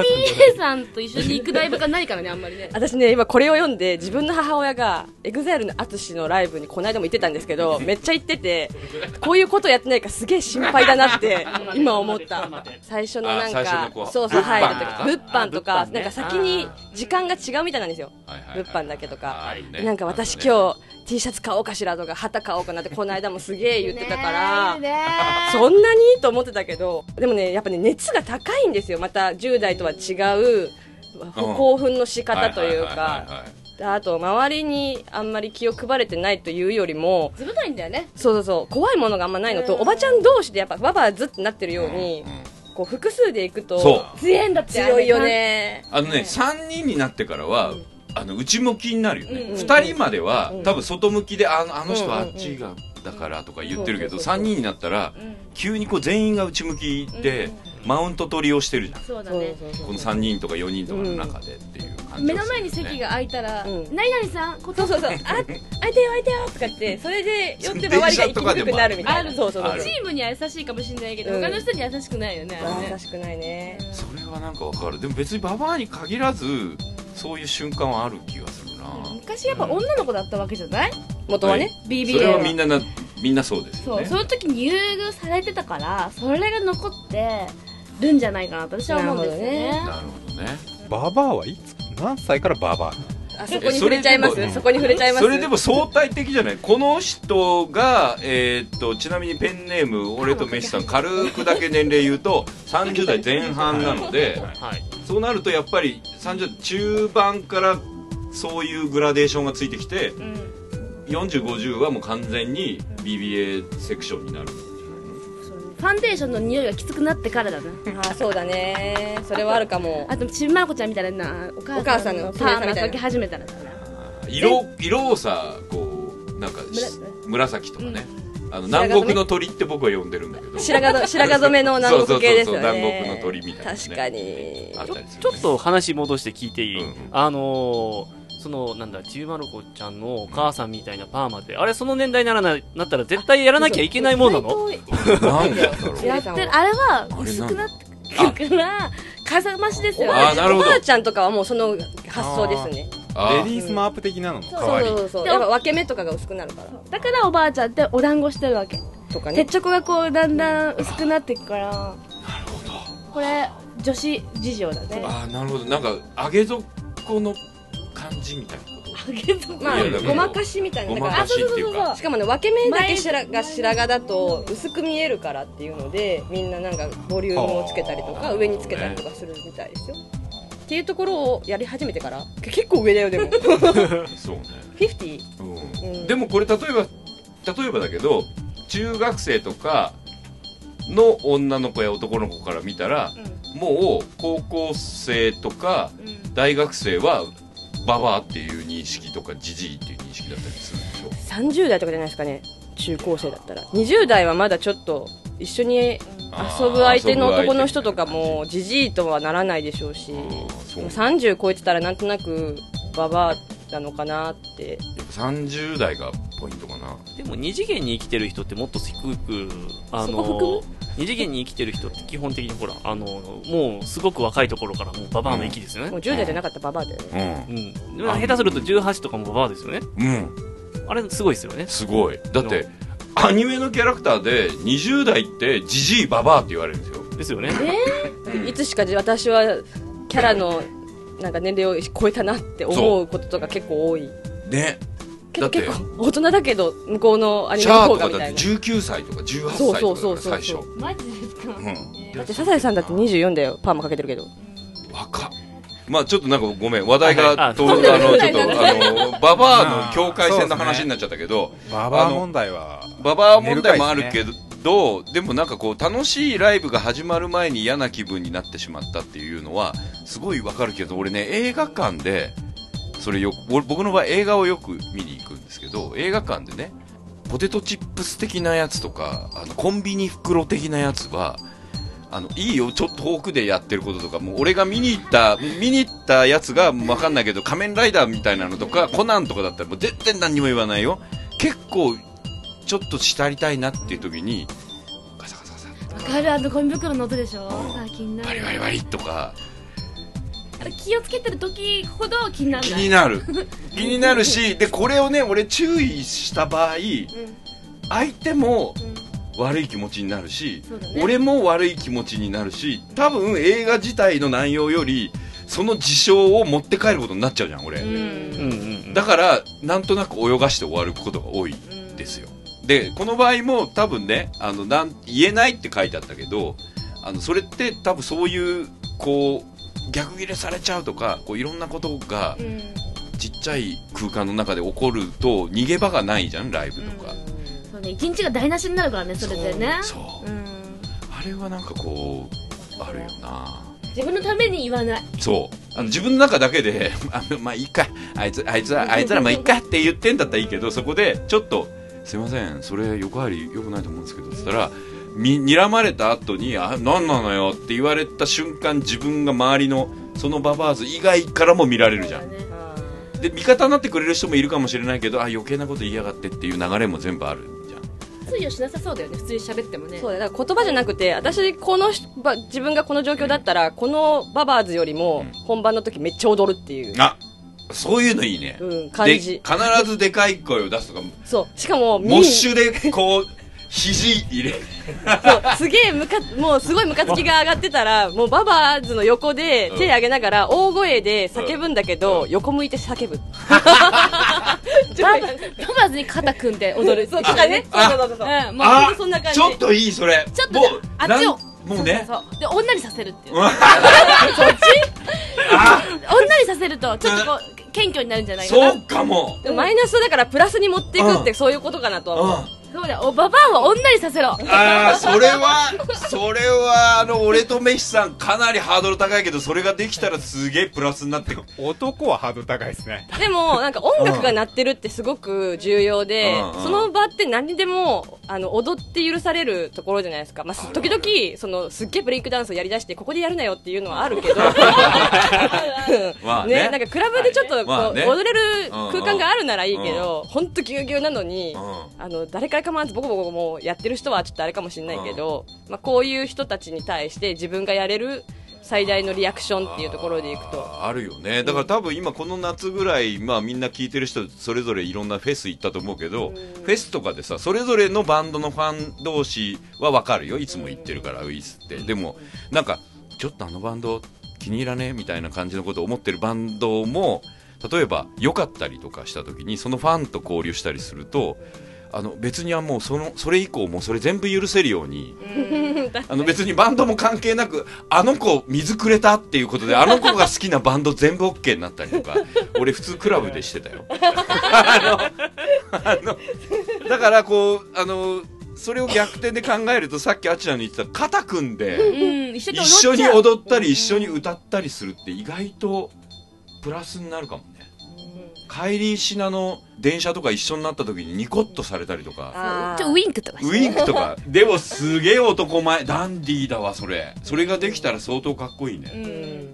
[SPEAKER 6] さんと一緒に行くライブがないからねあんまりね
[SPEAKER 4] 私ね今これを読んで自分の母親が EXILE の淳のライブにこの間も行ってたんですけどめっちゃ行ってて こういうことやってないかすげえ心配だなって今思った最初のな
[SPEAKER 2] あ
[SPEAKER 4] ん
[SPEAKER 2] 最初の
[SPEAKER 4] か
[SPEAKER 2] こう
[SPEAKER 4] そうそう入る
[SPEAKER 2] 物
[SPEAKER 4] 時物販と
[SPEAKER 5] あ
[SPEAKER 4] か
[SPEAKER 5] 物販ね
[SPEAKER 4] なんか先に時間が違うみたいなんですよ
[SPEAKER 2] はいはいはい
[SPEAKER 4] 物販だけと
[SPEAKER 2] あ
[SPEAKER 4] か
[SPEAKER 2] るね
[SPEAKER 4] なんか私今日 T シャツ買おうかしらとか旗買おうかなってこの間もすげえ言ってたから
[SPEAKER 7] ねえ
[SPEAKER 4] そんなにと思ってたけどでもねやっぱね熱が高いんですよまた10代とは違う興奮の仕方という
[SPEAKER 2] ははは
[SPEAKER 4] か
[SPEAKER 2] は
[SPEAKER 4] あと周りにあんまり気を配れてないというよりも
[SPEAKER 6] ずぶといんだよね
[SPEAKER 4] そうそうそう怖いものがあんまないのとおばちゃん同士でやっぱババアズってなってるように
[SPEAKER 2] うんうん
[SPEAKER 4] こう複数で行く
[SPEAKER 2] そう
[SPEAKER 4] と
[SPEAKER 6] 強いんだって
[SPEAKER 4] 強いよね
[SPEAKER 2] あのね、3人になってからは、あの内向きになるよね、
[SPEAKER 4] うん
[SPEAKER 2] 2人までは、
[SPEAKER 4] ん
[SPEAKER 2] 多分外向きであのあの人
[SPEAKER 4] うんうん
[SPEAKER 2] あ
[SPEAKER 4] うん
[SPEAKER 2] っちがだからとか言ってるけど、
[SPEAKER 4] そうそうそう
[SPEAKER 2] 3人になったら、
[SPEAKER 6] ん
[SPEAKER 2] 急にこう全員が内向きで、マウント取りをしてるじゃん
[SPEAKER 6] そうだ
[SPEAKER 4] そう
[SPEAKER 6] ね
[SPEAKER 4] そうそう
[SPEAKER 2] この3人とか4人とかの中でっていう感じ、
[SPEAKER 6] 目の前に席が空いたら
[SPEAKER 4] う
[SPEAKER 6] 「
[SPEAKER 4] ん
[SPEAKER 6] 何々さんこと
[SPEAKER 4] そうそうそうあ開いてよ開いてよとか言ってそれで寄って周りが行きにくくなるみたいな
[SPEAKER 6] 電車
[SPEAKER 4] そ
[SPEAKER 6] と
[SPEAKER 4] うそう
[SPEAKER 2] あ
[SPEAKER 4] そ
[SPEAKER 2] る
[SPEAKER 4] う
[SPEAKER 6] チームには優しいかもしれないけど
[SPEAKER 4] うん
[SPEAKER 6] 他の人には優しくないよねあれね
[SPEAKER 4] 優しくないね
[SPEAKER 2] それはなんかわかるでも別にババアに限らずそういう瞬間はある気がするな、
[SPEAKER 6] 昔やっぱ女の子だったわけじゃない
[SPEAKER 4] 元はね
[SPEAKER 2] それ
[SPEAKER 6] BBA
[SPEAKER 2] は
[SPEAKER 6] は
[SPEAKER 2] みんななみんなそうですよ
[SPEAKER 6] そう
[SPEAKER 2] ね
[SPEAKER 6] その時に優遇されてたからそれが残ってるんじゃないかなと私は思うんですよ
[SPEAKER 4] なる
[SPEAKER 6] ね
[SPEAKER 2] なるほどね
[SPEAKER 3] ババアはいつ何歳からババ
[SPEAKER 4] あそこに触れちゃいま
[SPEAKER 2] えそれでも
[SPEAKER 4] すそこに触れちゃいます
[SPEAKER 2] それでも相対的じゃないこの人が、えーっとちなみにペンネーム俺とメシさん軽くだけ年齢言うと30代前半なので
[SPEAKER 5] はい
[SPEAKER 2] そうなるとやっぱり30代中盤からそういうグラデーションがついてきて
[SPEAKER 6] うん
[SPEAKER 2] 4050はもう完全に BBA セクションになるんじ
[SPEAKER 6] そうねファンデーションの匂いがきつくなってからだな
[SPEAKER 4] あそうだねそれはあるかも
[SPEAKER 6] あとちびまる子ちゃんみたいなお母さんの
[SPEAKER 4] お
[SPEAKER 6] パ
[SPEAKER 4] 母さん
[SPEAKER 6] ー
[SPEAKER 4] の
[SPEAKER 6] マかけ始めたらだな
[SPEAKER 2] ゃない色色をさこうなんかし紫とかね、あの
[SPEAKER 4] 白髪
[SPEAKER 2] 南国の鳥って僕は呼んでるんだけど
[SPEAKER 4] 白髪の白髪染めの南国系です
[SPEAKER 2] そうそう
[SPEAKER 4] よね
[SPEAKER 2] そうそう南国の鳥みたいなね
[SPEAKER 4] 確かに
[SPEAKER 2] あっ
[SPEAKER 5] ちょ
[SPEAKER 2] たりする
[SPEAKER 5] ちょっと話戻して聞いていい、
[SPEAKER 2] うんうん
[SPEAKER 5] あのーそのなんだちびまる子ちゃんのお母さんみたいなパーマってあれその年代にならないなったら絶対やらなきゃいけないもんなの
[SPEAKER 2] なんだろう
[SPEAKER 4] や
[SPEAKER 6] で
[SPEAKER 4] って
[SPEAKER 6] あ
[SPEAKER 4] る
[SPEAKER 6] れ
[SPEAKER 4] あ
[SPEAKER 6] は
[SPEAKER 2] あれ
[SPEAKER 6] 薄くなってくからかさ増しです
[SPEAKER 4] お
[SPEAKER 6] よ
[SPEAKER 4] ば
[SPEAKER 2] あー
[SPEAKER 4] あち
[SPEAKER 2] な
[SPEAKER 4] ゃ
[SPEAKER 2] る
[SPEAKER 4] ん
[SPEAKER 2] ほ
[SPEAKER 4] お
[SPEAKER 2] ど
[SPEAKER 4] ばあちゃんとかはもうその発想ですね
[SPEAKER 3] ア
[SPEAKER 2] あ
[SPEAKER 3] レディースマープ的なのも
[SPEAKER 4] そう
[SPEAKER 3] かわいい
[SPEAKER 4] そうそうそう
[SPEAKER 6] でも
[SPEAKER 4] やっぱ分け目とかが薄くなるから
[SPEAKER 6] だからおばあちゃんってお団子してるわけ
[SPEAKER 4] とか
[SPEAKER 6] 鉄
[SPEAKER 4] ね
[SPEAKER 6] チョコがこうだんだん薄くなっていくからなるほどこれ女子事情だね
[SPEAKER 2] あーなるほどなんか上げ底の感じみたいなこと
[SPEAKER 4] まあ
[SPEAKER 2] いやだけど
[SPEAKER 4] ごまかしみたいな
[SPEAKER 2] ご
[SPEAKER 4] だ
[SPEAKER 2] ま
[SPEAKER 4] か
[SPEAKER 2] かしっていう
[SPEAKER 6] あ
[SPEAKER 2] か
[SPEAKER 4] らしかもね分け目だけ白が白髪だと薄く見えるからっていうのでみんななんかボリュームをつけたりとか上につけたりとかするみたいですよっていうところをやり始めてから結構上だよでも
[SPEAKER 2] そうね、
[SPEAKER 4] 50?
[SPEAKER 2] うん
[SPEAKER 4] うん
[SPEAKER 2] でもこれ例えば例えばだけど中学生とかの女の子や男の子から見たら、もう高校生とか大学生はババアっていう認識とかジジイっていう認識だったりするんでしょ
[SPEAKER 4] 30代とかじゃないですかね中高生だったら20代はまだちょっと一緒に遊ぶ相手の男の人とかもじじいとはならないでしょうし
[SPEAKER 2] あーそう
[SPEAKER 4] 30超えてたらなんとなくババアなのかなって
[SPEAKER 2] 30代がポイントかな
[SPEAKER 5] でも二次元に生きてる人ってもっと低くあ
[SPEAKER 4] そこ
[SPEAKER 5] の二次元に生きてる人って基本的にほらあのもうすごく若いところからもうババアの域ですよ
[SPEAKER 4] もう
[SPEAKER 5] ね、
[SPEAKER 4] 10代じゃなかったババアだよね
[SPEAKER 2] う
[SPEAKER 5] うんでも下手すると18とかもババアですよね
[SPEAKER 2] んうん
[SPEAKER 5] あれすごいですよね
[SPEAKER 2] すごいだってアニメのキャラクターで20代ってジジイババアって言われるんですよ
[SPEAKER 5] ですよね
[SPEAKER 4] いつしか私はキャラのなんか年齢を超えたなって思うこととか結構多い
[SPEAKER 2] ね
[SPEAKER 4] け
[SPEAKER 2] だ
[SPEAKER 4] ど
[SPEAKER 2] って
[SPEAKER 4] 結構大人だけど向こうのアニ
[SPEAKER 2] シ
[SPEAKER 4] メの
[SPEAKER 2] ャア
[SPEAKER 4] 方
[SPEAKER 2] とか
[SPEAKER 4] がみ
[SPEAKER 2] だったて
[SPEAKER 4] いな
[SPEAKER 2] 18歳とか18
[SPEAKER 4] そう
[SPEAKER 2] 歳
[SPEAKER 4] そ
[SPEAKER 2] と
[SPEAKER 4] う
[SPEAKER 2] かだ
[SPEAKER 4] そ
[SPEAKER 2] から最
[SPEAKER 4] うそう
[SPEAKER 2] 初
[SPEAKER 6] マジですか
[SPEAKER 2] うん
[SPEAKER 4] だってサザエさんだって24だよパーマかけてるけど
[SPEAKER 2] 若っまあちょっとなんかごめん話題が
[SPEAKER 5] はいはいあ
[SPEAKER 2] とあのちょっとあのババアの境界線の話になっちゃったけど
[SPEAKER 3] ババア問題は
[SPEAKER 2] ババア問題もあるけどどうでもなんかこう楽しいライブが始まる前に嫌な気分になってしまったっていうのはすごいわかるけど俺ね映画館でそれよ俺僕の場合映画をよく見に行くんですけど映画館でねポテトチップス的なやつとかあのコンビニ袋的なやつはあのいいよちょっと遠くでやってることとかもう俺が見に行った見に行ったやつがわかんないけど仮面ライダーみたいなのとかコナンとかだったらもう全然何にも言わないよ結構ちょっとしたりたいなっていう時にガサガサガサ
[SPEAKER 7] かるあのゴミ袋の音でしょ、あ気にな
[SPEAKER 2] バリ
[SPEAKER 7] る
[SPEAKER 2] バリバリとか
[SPEAKER 7] あれ気をつけてる時ほど気になる
[SPEAKER 2] 気になる気になる しでこれをね俺注意した場合、相手も悪い気持ちになるし、
[SPEAKER 7] そうだね
[SPEAKER 2] 俺も悪い気持ちになるし多分映画自体の内容よりその事象を持って帰ることになっちゃうじゃん俺、
[SPEAKER 5] うんうんうん
[SPEAKER 2] だからなんとなく泳がして終わることが多いですよでこの場合も多分ねあのなん言えないって書いてあったけどあのそれって多分そういうこう逆ギレされちゃうとかこういろんなことが
[SPEAKER 7] うん
[SPEAKER 2] ちっちゃい空間の中で起こると逃げ場がないじゃんライブとか、
[SPEAKER 7] そうね一日が台無しになるからねそれでね
[SPEAKER 2] そうそう
[SPEAKER 7] うん
[SPEAKER 2] あれはなんかこうあるよな
[SPEAKER 7] 自分のために言わない
[SPEAKER 2] そうあの自分の中だけで あのまあいいかあいつあいつらあいつらまあいいかって言ってんだったらいいけどそこでちょっと「すいませんそれ横入り良くないと思うんですけど」っつったらみ睨まれた後に「あ何なのよ」って言われた瞬間自分が周りのそのババアズ以外からも見られるじゃんで味方になってくれる人もいるかもしれないけどあ余計なこと言いやがってっていう流れも全部あるじゃん
[SPEAKER 6] 通用しなさそうだよね普通に喋ってもね
[SPEAKER 4] そうだだから言葉じゃなくて私このしば自分がこの状況だったらこのババーズよりも
[SPEAKER 2] うん
[SPEAKER 4] 本番の時めっちゃ踊るっていう、
[SPEAKER 2] あそういうのいいね、
[SPEAKER 4] うん、
[SPEAKER 2] で
[SPEAKER 4] 感じ
[SPEAKER 2] 必ずでかい声を出すとか
[SPEAKER 4] そうしかもみん
[SPEAKER 2] モッシュでこう肘入れ
[SPEAKER 4] そうすげえムカもうすごいムカつきが上がってたらもうババーズの横で
[SPEAKER 2] うん
[SPEAKER 4] 手上げながら大声で叫ぶんだけど、横向いて叫 ぶちょっと
[SPEAKER 6] 飛ばずに肩組んで踊る
[SPEAKER 4] そうとかねそうそうそうそう
[SPEAKER 6] うんもう
[SPEAKER 2] あ
[SPEAKER 4] そんな感じ
[SPEAKER 2] ちょっといいそれ
[SPEAKER 6] ちょっと
[SPEAKER 2] もう
[SPEAKER 6] あっち
[SPEAKER 2] な
[SPEAKER 6] を
[SPEAKER 2] んもうね
[SPEAKER 6] そうで女にさせるっていう
[SPEAKER 2] うん
[SPEAKER 6] 女にさせるとちょっとこう謙虚になるんじゃないかな
[SPEAKER 2] そうかも
[SPEAKER 4] でもマイナスをだからプラスに持っていくっ
[SPEAKER 2] う
[SPEAKER 4] てそういうことかなとは
[SPEAKER 2] う
[SPEAKER 4] 思うん
[SPEAKER 6] そうだよおババアは女にさせろ
[SPEAKER 2] ああそれはそれはあの俺とメシさんかなりハードル高いけどそれができたらすげえプラスになってくる
[SPEAKER 3] 男はハードル高いですね
[SPEAKER 4] でもなんか音楽が鳴ってるってすごく重要で
[SPEAKER 2] うんうん
[SPEAKER 4] その場って何にでもあの踊って許されるところじゃないですか、まあす、時々そのすっげえブレイクダンスをやりだしてここでやるなよっていうのはあるけど
[SPEAKER 2] まあね
[SPEAKER 4] ねなんかクラブでちょっとこう、
[SPEAKER 2] まあね
[SPEAKER 4] 踊れる空間があるならいいけど本当ぎゅうぎゅうなのに。
[SPEAKER 2] う
[SPEAKER 4] あの誰から構わずボコボコもうやってる人はちょっとあれかもしれないけど、まあ、こういう人たちに対して自分がやれる最大のリアクションっていうところでいくと
[SPEAKER 2] ああるよねだから多分今この夏ぐらい、まあ、みんな聞いてる人それぞれいろんなフェス行ったと思うけど、フェスとかでさそれぞれのバンドのファン同士は分かるよいつも行ってるからウイスってでもなんかちょっとあのバンド気に入らねえみたいな感じのことを思ってるバンドも例えば良かったりとかした時にそのファンと交流したりするとあの別にはもうそのそれ以降もうそれ全部許せるようにあの別にバンドも関係なくあの子水くれたっていうことであの子が好きなバンド全部 OK になったりとか 俺普通クラブでしてた よあのあのだからこうあのそれを逆転で考えるとさっきあちらに言ってた肩組んで
[SPEAKER 6] うん一緒
[SPEAKER 2] 一緒
[SPEAKER 6] に踊っち
[SPEAKER 2] に
[SPEAKER 6] ゃう
[SPEAKER 2] 踊ったり一緒に歌ったりするって意外とプラスになるかもねカイリー・シナの電車とか一緒になった時にニコッとされたりとか
[SPEAKER 4] あー
[SPEAKER 6] ちょウインクとかし
[SPEAKER 2] ウ
[SPEAKER 6] て
[SPEAKER 2] インクとかでもすげえ男前ダンディーだわそれそれができたら相当かっこいいね、
[SPEAKER 4] う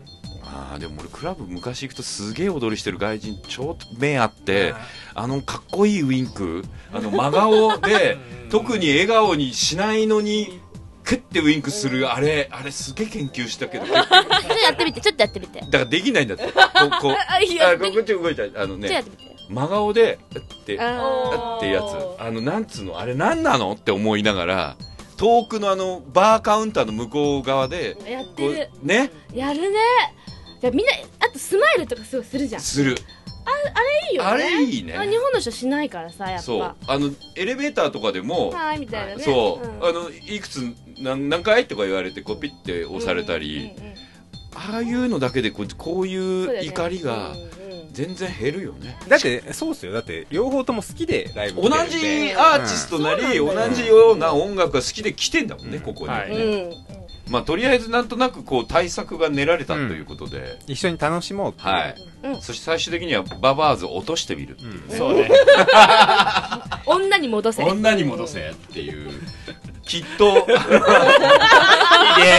[SPEAKER 4] ん
[SPEAKER 2] ああでも俺クラブ昔行くとすげえ踊りしてる外人ちょっと目あってあのかっこいいウインクあの真顔で特に笑顔にしないのにクッてウインクするあれあれすげえ研究したけどだか
[SPEAKER 6] ちょっとやってみてちょっとやってみてちょ
[SPEAKER 2] らできないんだってこうこう
[SPEAKER 6] あ いや
[SPEAKER 2] あここっち動いちゃうあの
[SPEAKER 6] っとやっ
[SPEAKER 2] ね
[SPEAKER 6] てみて
[SPEAKER 2] 真顔でって
[SPEAKER 4] あ
[SPEAKER 2] ってやつあのなんつうのあれ何なのって思いながら遠くのあのバーカウンターの向こう側で
[SPEAKER 6] やって
[SPEAKER 2] こ
[SPEAKER 6] る
[SPEAKER 2] うね
[SPEAKER 6] やるねじゃあみんなあとスマイルとかすごいするじゃん
[SPEAKER 2] する
[SPEAKER 6] いいよね
[SPEAKER 2] あれいいね
[SPEAKER 6] あ日本の人しないからさやっぱ
[SPEAKER 2] そうあのエレベーターとかでも
[SPEAKER 6] はーいみたいなね
[SPEAKER 2] そう、
[SPEAKER 6] ん
[SPEAKER 2] あのいくつ何何回とか言われてこうピッて押されたり、
[SPEAKER 6] うんうん
[SPEAKER 2] ああいうのだけでこうこう
[SPEAKER 6] そうだ
[SPEAKER 2] いう
[SPEAKER 6] よね
[SPEAKER 2] 怒りが
[SPEAKER 6] うんうん
[SPEAKER 2] 全然減るよね
[SPEAKER 3] だってそうっすよだって両方とも好きでライブ
[SPEAKER 2] 同じアーティストなり、同じような音楽が好きで来てんだもんね、
[SPEAKER 3] うん
[SPEAKER 2] ここに、
[SPEAKER 5] はいうね
[SPEAKER 4] ん
[SPEAKER 2] まあとりあえずなんとなくこう対策が練られたということで、
[SPEAKER 3] 一緒に楽しもうっていう
[SPEAKER 2] はい、そして最終的にはババアーズを落としてみるっていう、
[SPEAKER 5] そうね
[SPEAKER 6] 女に戻せ
[SPEAKER 2] 女に戻せっていうきっとひで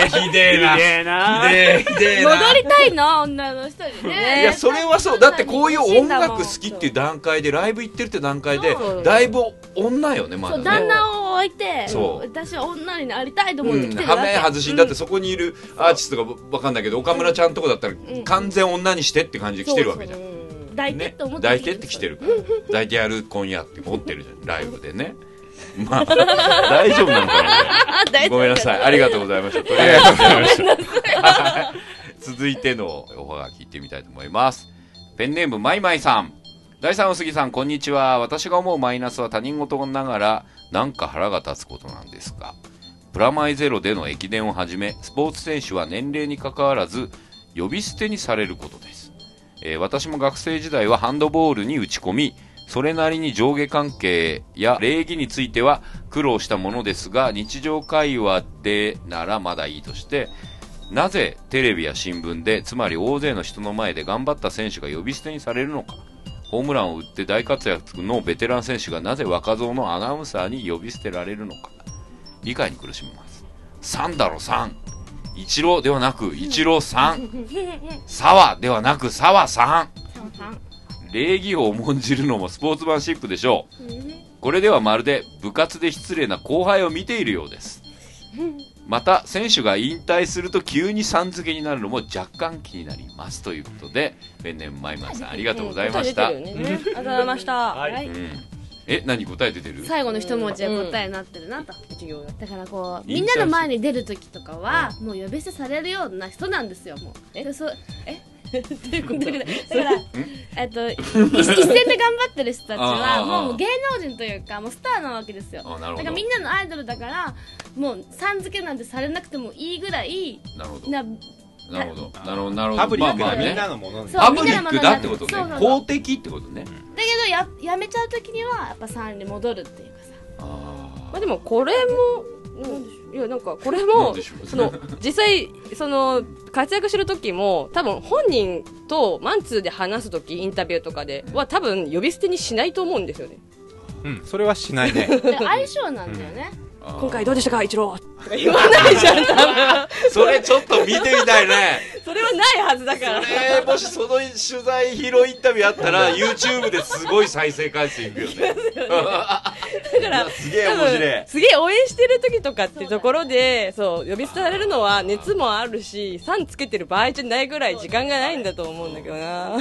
[SPEAKER 2] えひでえな
[SPEAKER 5] 綺麗な
[SPEAKER 2] ひでえひでえな
[SPEAKER 6] 戻りたいな女の人にね
[SPEAKER 2] いやそれはそうだってこういう音楽好きっていう段階でライブ行ってるって段階でだいぶ女よねまだ
[SPEAKER 6] 旦
[SPEAKER 2] ね
[SPEAKER 6] 那を湧いて
[SPEAKER 2] そう
[SPEAKER 6] 私は女になりたいと思っ
[SPEAKER 2] う
[SPEAKER 6] て来
[SPEAKER 2] ん、
[SPEAKER 6] てるわ
[SPEAKER 2] 羽
[SPEAKER 6] け、
[SPEAKER 2] 目外しにだってそこにいるアーティストがわかんないけど岡村ちゃんとこだったら
[SPEAKER 6] ん
[SPEAKER 2] 完全女にしてって感じで来てるわけじゃん、
[SPEAKER 6] 抱いてっ
[SPEAKER 2] ね
[SPEAKER 6] て思って
[SPEAKER 2] 抱いてって来てるから抱いてやる今夜って思ってるじゃんライブでね まあ大丈夫なのか
[SPEAKER 6] あ 大
[SPEAKER 2] な
[SPEAKER 6] 丈夫
[SPEAKER 2] ごめんなさいありがとうございま したとりあえずありがとうございましたはい続いてのおはがきいってみたいと思いますペンネームまいまいさん第三お杉さんこんにちは私が思うマイナスは他人事ながらなんか腹が立つことなんですがプラマイゼロでの駅伝をはじめ、スポーツ選手は年齢に関わらず、呼び捨てにされることです。えー私も学生時代はハンドボールに打ち込み、それなりに上下関係や礼儀については苦労したものですが、日常会話でならまだいいとして、なぜテレビや新聞で、つまり大勢の人の前で頑張った選手が呼び捨てにされるのか。ホームランを打って大活躍のベテラン選手がなぜ若造のアナウンサーに呼び捨てられるのか。理解に苦しみます3だろ3一郎ではなく一郎さん沢ではなく沢さん礼儀を重んじるのもスポーツマンシップでしょうこれではまるで部活で失礼な後輩を見ているようですまた選手が引退すると急にさん付けになるのも若干気になりますということでペンネームマイマンさんありがとうございました、
[SPEAKER 4] うん答え出てるよねありがとうございました。
[SPEAKER 5] はい
[SPEAKER 2] うんえ何答え出てる
[SPEAKER 6] 最後の一文字が答えになってるなと、
[SPEAKER 4] 一行だ
[SPEAKER 6] だからこうみんなの前に出る時とかはもう呼び捨てされるような人なんですよもうえそう えっていうことだからえっと一一線で頑張ってる人た
[SPEAKER 2] あ
[SPEAKER 6] ち
[SPEAKER 2] ー
[SPEAKER 6] はも
[SPEAKER 2] あー
[SPEAKER 6] う芸能人というかもうスターなわけですよ
[SPEAKER 2] あな
[SPEAKER 6] だ
[SPEAKER 2] るほど
[SPEAKER 6] からみんなのアイドルだからもうさん付けなんてされなくてもいいぐらい
[SPEAKER 2] なるほどな
[SPEAKER 6] な
[SPEAKER 2] るほどなるほどなるほど
[SPEAKER 3] パブリック
[SPEAKER 2] まあまあ
[SPEAKER 3] な
[SPEAKER 2] ね
[SPEAKER 3] みんなのものに
[SPEAKER 6] そう
[SPEAKER 2] パブリックだってこと
[SPEAKER 6] そうそうそ
[SPEAKER 2] ね
[SPEAKER 6] う
[SPEAKER 2] 公的ってことね
[SPEAKER 6] だけどややめちゃう時にはやっぱさんに戻るっていうかさ
[SPEAKER 2] あ
[SPEAKER 4] まあでもこれも、うんいやなんかこれ
[SPEAKER 2] なん
[SPEAKER 4] も
[SPEAKER 2] でしょう
[SPEAKER 4] その実際その活躍してる時も多分本人とマンツーで話す時インタビューとかでは多分呼び捨てにしないと思うんですよね。
[SPEAKER 3] うんそれは しないね
[SPEAKER 6] だから相性なんだよね、
[SPEAKER 2] ー
[SPEAKER 4] 今回どうでしたか一郎とか言わないじゃん多分。
[SPEAKER 2] それちょっと見てみたいね
[SPEAKER 4] それはないはずだ
[SPEAKER 2] そ
[SPEAKER 4] から。
[SPEAKER 2] れもしその取材ヒーローインタビューあったら YouTube ですごい再生回数いくよね
[SPEAKER 4] だから
[SPEAKER 2] すげえ面白い
[SPEAKER 4] すげえ応援してる時とかってところでそう呼び捨てされるのは熱もあるし3つけてる場合じゃないぐらい時間がないんだと思うんだけどな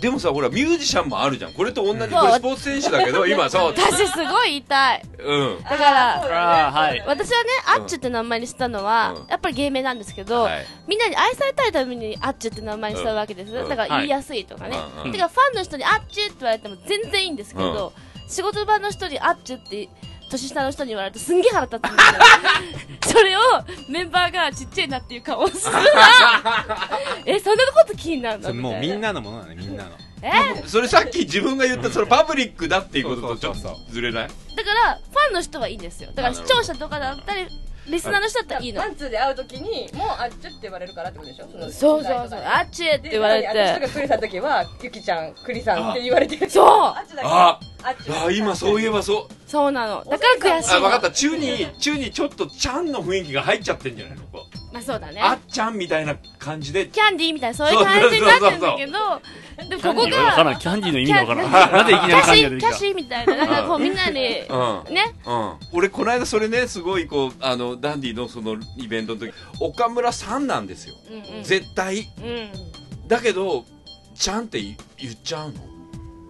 [SPEAKER 2] でもさほらミュージシャンもあるじゃんこれと同じこれスポーツ選手だけど今そう
[SPEAKER 6] 私すごい言いたい
[SPEAKER 2] うん
[SPEAKER 6] だから
[SPEAKER 5] ああはい
[SPEAKER 6] 私はね、
[SPEAKER 2] ん
[SPEAKER 6] アッチュって名前にしたのは、
[SPEAKER 2] うん
[SPEAKER 6] やっぱり芸名なんですけど、
[SPEAKER 2] はい
[SPEAKER 6] みんなに愛されたいためにアッチュって名前にしたわけです、
[SPEAKER 2] うん
[SPEAKER 6] だから言いやすいとかね、
[SPEAKER 2] はいうん
[SPEAKER 6] てかファンの人にアッチュって言われても全然いいんですけど、仕事場の人にアッチュって年下の人に言われるとすんげえ腹立つん ですよそれをメンバーがちっちゃいなっていう顔をするなえそんなこと気になる
[SPEAKER 3] それ
[SPEAKER 6] の
[SPEAKER 3] もうみん
[SPEAKER 6] な
[SPEAKER 3] なのものだねみんなの
[SPEAKER 6] え
[SPEAKER 2] それさっき自分が言ったそのパブリックだっていうこととちょっ
[SPEAKER 3] そう
[SPEAKER 2] と
[SPEAKER 3] そう
[SPEAKER 2] ずれない
[SPEAKER 6] だからファンの人はいいんですよだから視聴者とかだったりリスナーの人だったらいいの
[SPEAKER 4] マンツーで会う時にもうあっちゅって言われるからってことでしょ
[SPEAKER 6] そうそうそうアッチュって言われ
[SPEAKER 4] 私と
[SPEAKER 6] て
[SPEAKER 4] かクリさんの時はゆきちゃんクリさんって言われてる
[SPEAKER 6] そう
[SPEAKER 4] あっちだけ
[SPEAKER 2] あ
[SPEAKER 4] あっち
[SPEAKER 2] あー今そういえばそう
[SPEAKER 6] そうなのだから悔しい
[SPEAKER 2] あ
[SPEAKER 6] の
[SPEAKER 2] 分かった中に中にちょっとちゃんの雰囲気が入っちゃってんじゃないのこう
[SPEAKER 6] まあそうだね
[SPEAKER 2] あっちゃんみたいな感じで
[SPEAKER 6] キャンディーみたいなそういう感じになってるんだけどでもここ
[SPEAKER 5] キャンディーのわからん
[SPEAKER 6] が
[SPEAKER 5] キャンディーの意味がわからんな ぜいきなり
[SPEAKER 6] キャ
[SPEAKER 5] キャ
[SPEAKER 6] シ
[SPEAKER 5] ンディー
[SPEAKER 6] ー
[SPEAKER 5] が出て
[SPEAKER 6] キャ
[SPEAKER 5] きた
[SPEAKER 6] シーみたいななんかこうみんなにね
[SPEAKER 2] うんうん、俺この間それねすごいこうあのダンディのそのイベントの時岡村さんなんですよ、絶対
[SPEAKER 6] うん
[SPEAKER 2] だけどちゃんって言言っちゃうの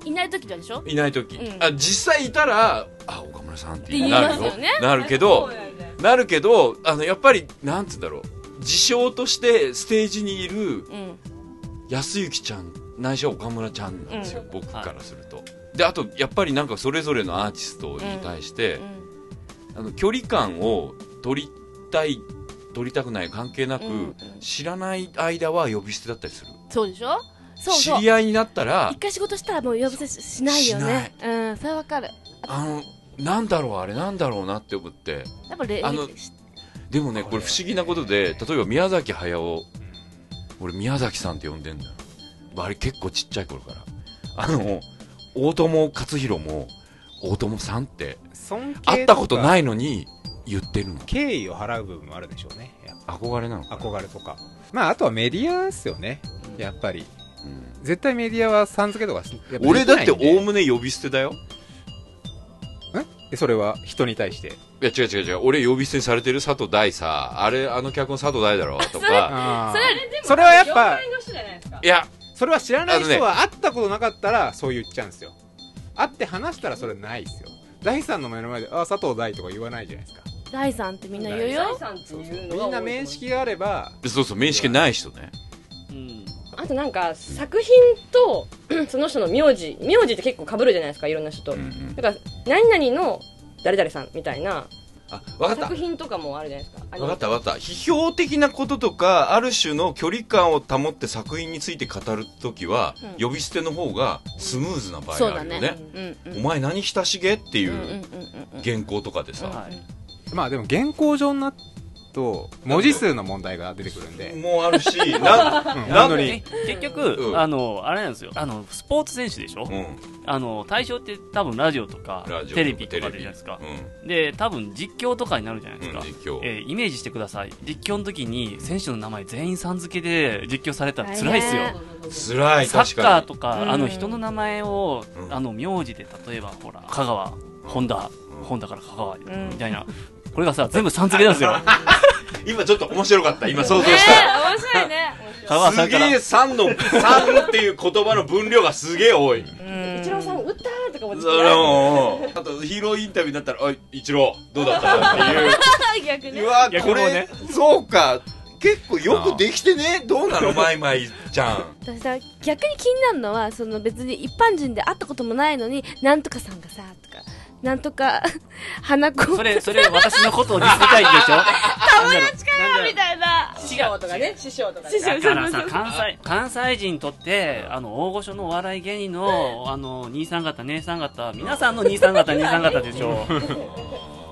[SPEAKER 6] いない時だでしょ
[SPEAKER 2] いない時、
[SPEAKER 6] うん
[SPEAKER 2] あ実際いたらあ岡村さんって
[SPEAKER 6] って言い
[SPEAKER 2] な
[SPEAKER 6] ま
[SPEAKER 2] る
[SPEAKER 6] す
[SPEAKER 2] よ
[SPEAKER 6] よね
[SPEAKER 2] なるけどなるけどあのやっぱりなんつうんだろう自称としてステージにいる
[SPEAKER 6] うん
[SPEAKER 2] 安幸ちゃんないしは岡村ちゃんなんですよ、僕からすると、であとやっぱりなんかそれぞれのアーティストに対して、
[SPEAKER 6] うん
[SPEAKER 2] あの距離感を取りたい取りたくない関係なく、
[SPEAKER 6] うんうん
[SPEAKER 2] 知らない間は呼び捨てだったりする
[SPEAKER 6] そうでしょそうそう
[SPEAKER 2] 知り合いになったら
[SPEAKER 6] 一回仕事したらもう呼び捨てしないよねうんそれわかる
[SPEAKER 2] あのなんだろうあれなんだろうなって思って
[SPEAKER 6] やっぱ礼儀
[SPEAKER 2] あのでもねこれ不思議なことで例えば宮崎駿俺宮崎さんって呼んでんだよあれ結構ちっちゃい頃からあの大友克洋も大友さんって
[SPEAKER 3] 尊敬
[SPEAKER 2] 会ったこと
[SPEAKER 3] い
[SPEAKER 2] ないのに言ってるの
[SPEAKER 3] 敬意を払う部分もあるでしょうねやっ
[SPEAKER 2] 憧れなのか
[SPEAKER 3] ぱ
[SPEAKER 2] な
[SPEAKER 3] 憧れとかまああとはメディアですよねやっぱり
[SPEAKER 2] うん
[SPEAKER 3] 絶対メディアはさん付けとかしやっぱできないんで
[SPEAKER 2] 俺だっておおむね呼び捨てだよ
[SPEAKER 3] えそれは人に対して
[SPEAKER 2] いや違う違う違う俺呼び捨てにされてる佐藤大さあれあの脚本佐藤大だろ とか
[SPEAKER 3] あー
[SPEAKER 4] そ
[SPEAKER 3] それはやっぱ
[SPEAKER 4] の人じゃないですか
[SPEAKER 2] いや
[SPEAKER 3] それは知らない
[SPEAKER 2] あの
[SPEAKER 3] 人は会ったことなかったらそう言っちゃうんですよ会って話したらそれないですよ大さんの目の前で「あ佐藤大」とか言わないじゃないですか
[SPEAKER 7] 第三ってみんな言う
[SPEAKER 4] 財
[SPEAKER 7] よ
[SPEAKER 4] 産っていうのが多いと思
[SPEAKER 3] み
[SPEAKER 4] うん
[SPEAKER 3] な面識があれば
[SPEAKER 2] そうそう面識ない人ね
[SPEAKER 5] うん
[SPEAKER 4] あとなんか作品と その人の名字名字って結構かぶるじゃないですかいろんな人と、
[SPEAKER 2] うんうん
[SPEAKER 4] だから何々の誰々さんみたいな
[SPEAKER 2] あ分かった
[SPEAKER 4] 作品とかもあるじゃないですか
[SPEAKER 2] 分かった分かった批評的なこととかある種の距離感を保って作品について語るときは、
[SPEAKER 7] う
[SPEAKER 2] 呼び捨ての方がスムーズな場合
[SPEAKER 7] そう
[SPEAKER 2] が
[SPEAKER 7] だ
[SPEAKER 2] あるよ
[SPEAKER 7] ね
[SPEAKER 2] ね
[SPEAKER 7] うんうん
[SPEAKER 2] お前何親しげってい
[SPEAKER 7] うんうん
[SPEAKER 2] う
[SPEAKER 7] うんうん
[SPEAKER 2] 原稿とかでさ、
[SPEAKER 5] はい
[SPEAKER 3] まあでも原稿上になると文字数の問題が出てくるんで
[SPEAKER 2] もうある しな、
[SPEAKER 3] うん
[SPEAKER 2] な
[SPEAKER 3] な
[SPEAKER 2] の
[SPEAKER 3] の
[SPEAKER 2] に
[SPEAKER 3] に、
[SPEAKER 5] 結局、
[SPEAKER 2] うん
[SPEAKER 5] あのあれなんですよあのスポーツ選手でしょ、
[SPEAKER 2] うん、
[SPEAKER 5] あの対象って多分ラジオとか
[SPEAKER 2] ラジオ
[SPEAKER 5] テレビとかでじゃないですか
[SPEAKER 2] う、ん
[SPEAKER 5] で多分実況とかになるじゃないですか、
[SPEAKER 2] うん実況
[SPEAKER 5] えーイメージしてください実況の時に選手の名前全員さん付けで実況されたら辛いですよ、
[SPEAKER 2] 辛い
[SPEAKER 5] サ
[SPEAKER 2] 確
[SPEAKER 5] ッカ
[SPEAKER 2] か
[SPEAKER 5] ーとか、
[SPEAKER 4] うん
[SPEAKER 5] あの人の名前を、
[SPEAKER 2] うん
[SPEAKER 5] あの名字で例えばほら香川本田本田から香川みたいな、これがさ全部さん付けなんで すよ
[SPEAKER 2] に今ちょっと面白かった今想像し
[SPEAKER 7] え
[SPEAKER 2] た、
[SPEAKER 7] ー面白い ね
[SPEAKER 5] 香川さ
[SPEAKER 2] す
[SPEAKER 5] ん
[SPEAKER 2] げ
[SPEAKER 5] から
[SPEAKER 2] え「さん」の「さん」っていう言葉の分量がすげえ多い
[SPEAKER 4] イチローさん打ったーとかも
[SPEAKER 2] それ もあとヒーローインタビューになったら「おい一郎どうだった?」っていう
[SPEAKER 7] 逆に
[SPEAKER 2] うわ
[SPEAKER 5] いや
[SPEAKER 2] こ
[SPEAKER 5] これも
[SPEAKER 2] れ
[SPEAKER 5] ね
[SPEAKER 2] そうか結構よくできてねどうなのマイマイちゃん
[SPEAKER 7] 私さ逆に気になるのはその別に一般人で会ったこともないのになんとかさんがさとかなんとか 花子
[SPEAKER 5] それそれ私のことをディスりたいんでしょ 友達から
[SPEAKER 7] みたいな
[SPEAKER 4] 師匠とかね師匠とかね
[SPEAKER 7] 師匠
[SPEAKER 5] だからさ関西関西人にとってあの大御所のお笑い芸人のあの兄さん方姉さん方皆さんの兄さん 方姉さん方でしょ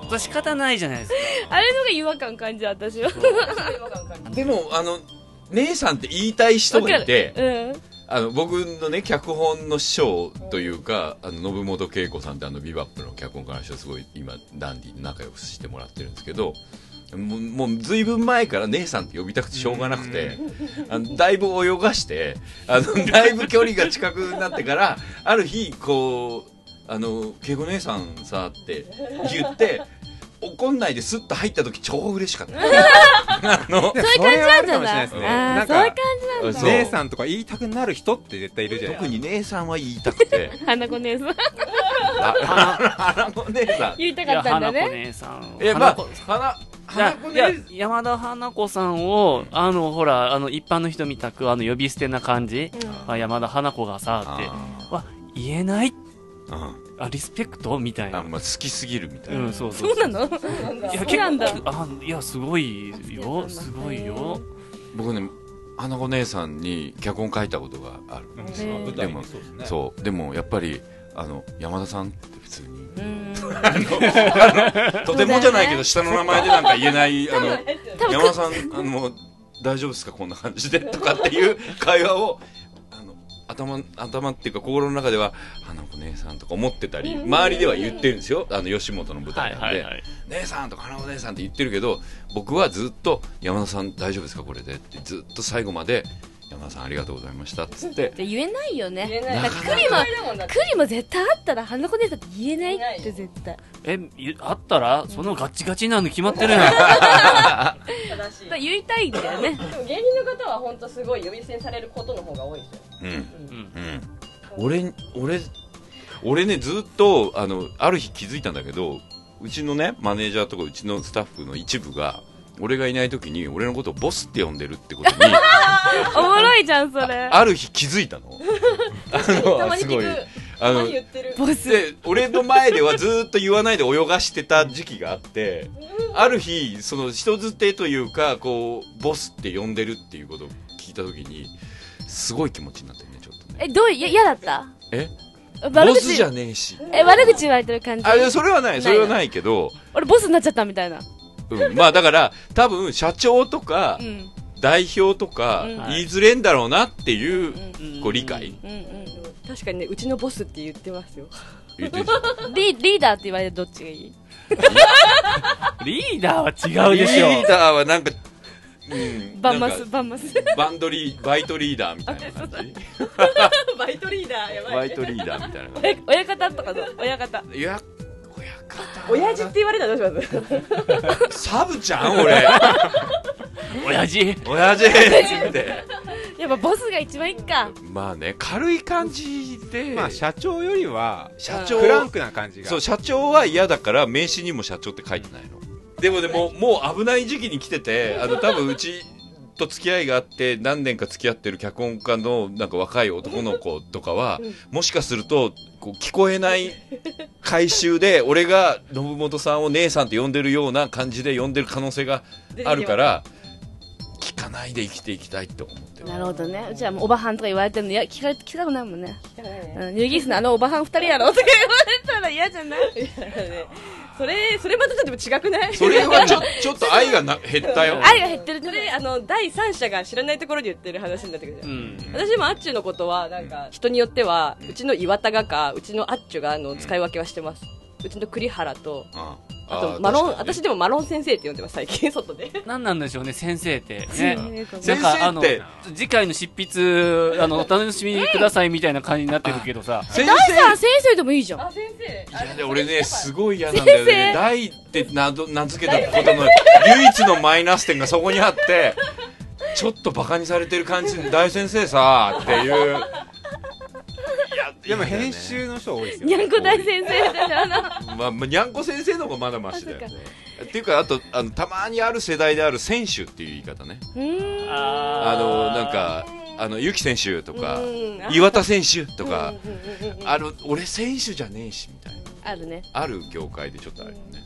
[SPEAKER 5] それ仕方ないじゃないですか
[SPEAKER 7] あれのが違和感感じる私は
[SPEAKER 2] でもあの姉さんって言いたい人がいて
[SPEAKER 7] うん
[SPEAKER 2] あの僕のね脚本の師匠というかあの信本恵子さんってあのビバップの脚本家の人すごい今ダンディー仲良くしてもらってるんですけどもうもう随分前から姉さんって呼びたくてしょうがなくてあのだいぶ泳がしてあのだいぶ距離が近くなってからある日こう「あの恵子姉さんさ」って言って怒んないでスッと入った時超嬉しかった。 あの
[SPEAKER 3] そういう感じなんじゃないですね
[SPEAKER 7] あ
[SPEAKER 3] な
[SPEAKER 7] あ
[SPEAKER 3] ん
[SPEAKER 7] そういう感
[SPEAKER 3] か
[SPEAKER 7] じなんだ
[SPEAKER 2] そう
[SPEAKER 3] 姉さんとか言いたくなる人って絶対いるじゃない
[SPEAKER 2] 特
[SPEAKER 3] ですか
[SPEAKER 2] に姉さんは言いたくて
[SPEAKER 7] 花子姉さん
[SPEAKER 2] ああらあらお姉さん
[SPEAKER 7] 言いた
[SPEAKER 5] い
[SPEAKER 7] か
[SPEAKER 5] や
[SPEAKER 7] ったん
[SPEAKER 5] 花
[SPEAKER 7] だ
[SPEAKER 5] 子
[SPEAKER 7] ね
[SPEAKER 5] 姉さん
[SPEAKER 2] え、ま
[SPEAKER 5] 花
[SPEAKER 2] あ
[SPEAKER 5] 子、
[SPEAKER 2] 花、
[SPEAKER 5] い
[SPEAKER 2] 花
[SPEAKER 5] や
[SPEAKER 2] 子
[SPEAKER 5] いや
[SPEAKER 2] ね。
[SPEAKER 5] 山田花子さんをあのほらあの一般の人みたくあの呼び捨てな感じ、あ山田花子がさってわ言えない
[SPEAKER 2] あ
[SPEAKER 5] あリスペクトみたいな
[SPEAKER 2] あ、まあ、好きすぎるみたいうな。
[SPEAKER 5] んそうそう
[SPEAKER 7] そうなの
[SPEAKER 5] いや
[SPEAKER 7] 好きなんだ
[SPEAKER 5] 結構あいやすごいよすごいよ
[SPEAKER 2] 僕ね、花子姉さんに脚本書いたことがある。
[SPEAKER 3] うん舞
[SPEAKER 2] で
[SPEAKER 3] 台
[SPEAKER 2] も
[SPEAKER 3] もそうですね
[SPEAKER 2] そう、でも、やっぱり、あの、山田さんって普通に。
[SPEAKER 7] うん
[SPEAKER 2] とてもじゃないけど、下の名前でなんか言え ない、あの、山田さん、あの、大丈夫ですか、こんな感じ で、とかっていう会話を。あの頭頭っていうか心の中では花子姉さんとか思ってたり周りでは言ってるんですよあの吉本の舞
[SPEAKER 5] は
[SPEAKER 2] 台
[SPEAKER 5] い
[SPEAKER 2] なん
[SPEAKER 5] はい
[SPEAKER 2] で
[SPEAKER 5] はい
[SPEAKER 2] 姉さんとか花子姉さんって言ってるけど僕はずっと山田さん大丈夫ですかこれでってずっと最後まで山田さんありがとうございましたっつって
[SPEAKER 7] で言えないよね
[SPEAKER 4] 言えない
[SPEAKER 7] だからクリも
[SPEAKER 4] もんだって
[SPEAKER 7] クリも絶対あったら花子姉さんって言えないって絶対
[SPEAKER 5] えゆあったらそのガチガチなの決まってるや
[SPEAKER 4] 正しい
[SPEAKER 7] だから言いたいんだよね
[SPEAKER 4] でも芸人の方は本当すごい呼び捨てにされることの方が多いですよ
[SPEAKER 2] うん
[SPEAKER 5] ん、うん、
[SPEAKER 2] うん俺俺俺ねずっとあのある日気づいたんだけどうちのねマネージャーとかうちのスタッフの一部が俺がいない時に俺のことをボスって呼んでるって ことに
[SPEAKER 7] おもろいじゃんそれ
[SPEAKER 2] ある日気づい たのあ
[SPEAKER 4] た
[SPEAKER 2] の
[SPEAKER 4] まに
[SPEAKER 2] す
[SPEAKER 4] 聞
[SPEAKER 2] ごい
[SPEAKER 4] く
[SPEAKER 2] あ
[SPEAKER 4] たま
[SPEAKER 2] の
[SPEAKER 4] に言ってる
[SPEAKER 2] で俺の前ではずーっと言わないで泳がしてた時期があってある日その人づてというかこうボスって呼んでるっていうことを聞いた時にすごい気持ちになってねちょっとね
[SPEAKER 7] えどういや嫌だった
[SPEAKER 2] え
[SPEAKER 7] 悪
[SPEAKER 2] ボスじ
[SPEAKER 7] 口
[SPEAKER 2] ゃねえし
[SPEAKER 7] え悪口言われてる感じ
[SPEAKER 2] あいやそれはないそれはないけど
[SPEAKER 7] 俺ボスになっちゃったみたいな
[SPEAKER 2] うん、まあだから多分社長とか
[SPEAKER 7] うん
[SPEAKER 2] 代表とか
[SPEAKER 7] うん
[SPEAKER 2] 言いづれんだろうなっていう
[SPEAKER 7] うん
[SPEAKER 2] こう理解
[SPEAKER 7] うんうん
[SPEAKER 4] 確かにねうちのボスって言ってますよ
[SPEAKER 2] 言ってるじゃん
[SPEAKER 7] リ リーダーって言われるどっちがいい
[SPEAKER 5] リーダーは違うでしょ
[SPEAKER 2] リーダーはなんか、うん、
[SPEAKER 7] バンマ
[SPEAKER 2] な
[SPEAKER 7] ス
[SPEAKER 2] んか
[SPEAKER 7] バンマス
[SPEAKER 2] バンドリーバイトリーダーみたいな感じ
[SPEAKER 4] バイトリーダーやば
[SPEAKER 2] バ
[SPEAKER 4] い
[SPEAKER 2] イトリーダーみたいな感
[SPEAKER 7] 親方とかどう親方
[SPEAKER 2] じいや
[SPEAKER 4] 親父って言われたらどうします
[SPEAKER 2] サブちゃん俺
[SPEAKER 5] 親父
[SPEAKER 2] 親父って
[SPEAKER 7] やっぱボスが一番いいか
[SPEAKER 2] まあね軽い感じで、
[SPEAKER 3] まあ社長よりは
[SPEAKER 2] 社長
[SPEAKER 3] フランクな感じが
[SPEAKER 2] そう社長は嫌だから名刺にも社長って書いてないのでもでももう危ない時期に来ててあの多分うちと付き合いがあって何年か付き合ってる脚本家のなんか若い男の子とかはもしかするとこう聞こえない回収で俺が信本さんを姉さんって呼んでるような感じで呼んでる可能性があるから聞かないで生きていきたいって思ってる
[SPEAKER 7] なるほどねうちはもうおばはんとか言われてるのいや聞か聞きたくないもんねうん、ニューギースのあのおばはん二人やろとか言われたら嫌じゃない
[SPEAKER 4] それそれまたちょっと違くない
[SPEAKER 2] それはちょちょっと愛がな減ったよ
[SPEAKER 7] 愛が減ってる
[SPEAKER 4] そ
[SPEAKER 7] ね
[SPEAKER 4] れあの第三者が知らないところで言ってる話になってくるじゃん
[SPEAKER 5] うん
[SPEAKER 4] 私もあっちゅうのことはなんか人によってはうちの岩田がかうちのあっちゅうがあの使い分けはしてますうちの栗原と
[SPEAKER 2] あ
[SPEAKER 4] あとマロン、
[SPEAKER 2] 私
[SPEAKER 4] 私でもマロン先生って呼んでます最近外で
[SPEAKER 5] 何なんでしょうね先生ってね
[SPEAKER 2] 生って
[SPEAKER 5] なんかあの次回の執筆あのお楽しみくださいみたいな感じになってるけどさ
[SPEAKER 2] 先
[SPEAKER 7] 第
[SPEAKER 2] 生
[SPEAKER 7] 三先生でもいいじゃん
[SPEAKER 4] あ先生
[SPEAKER 2] いやで俺ねすごい嫌なんだよね大って名ど名付けたことの唯一のマイナス点がそこにあってちょっとバカにされてる感じで大先生さっていう
[SPEAKER 3] でも編集の人多いですよ
[SPEAKER 7] にゃ
[SPEAKER 3] ね
[SPEAKER 7] んこ大先生みたいなあの
[SPEAKER 2] まあ、まあにゃんこ先生の方がまだましだよねっていうかあとあのたまにある世代である選手っていう言い方ねあ
[SPEAKER 5] あ
[SPEAKER 2] のなんかあのゆき選手とか
[SPEAKER 4] うんあ
[SPEAKER 2] 岩田選手とかあの俺選手じゃねえしみたいな
[SPEAKER 7] あるね
[SPEAKER 2] ある業界でちょっとあるよね、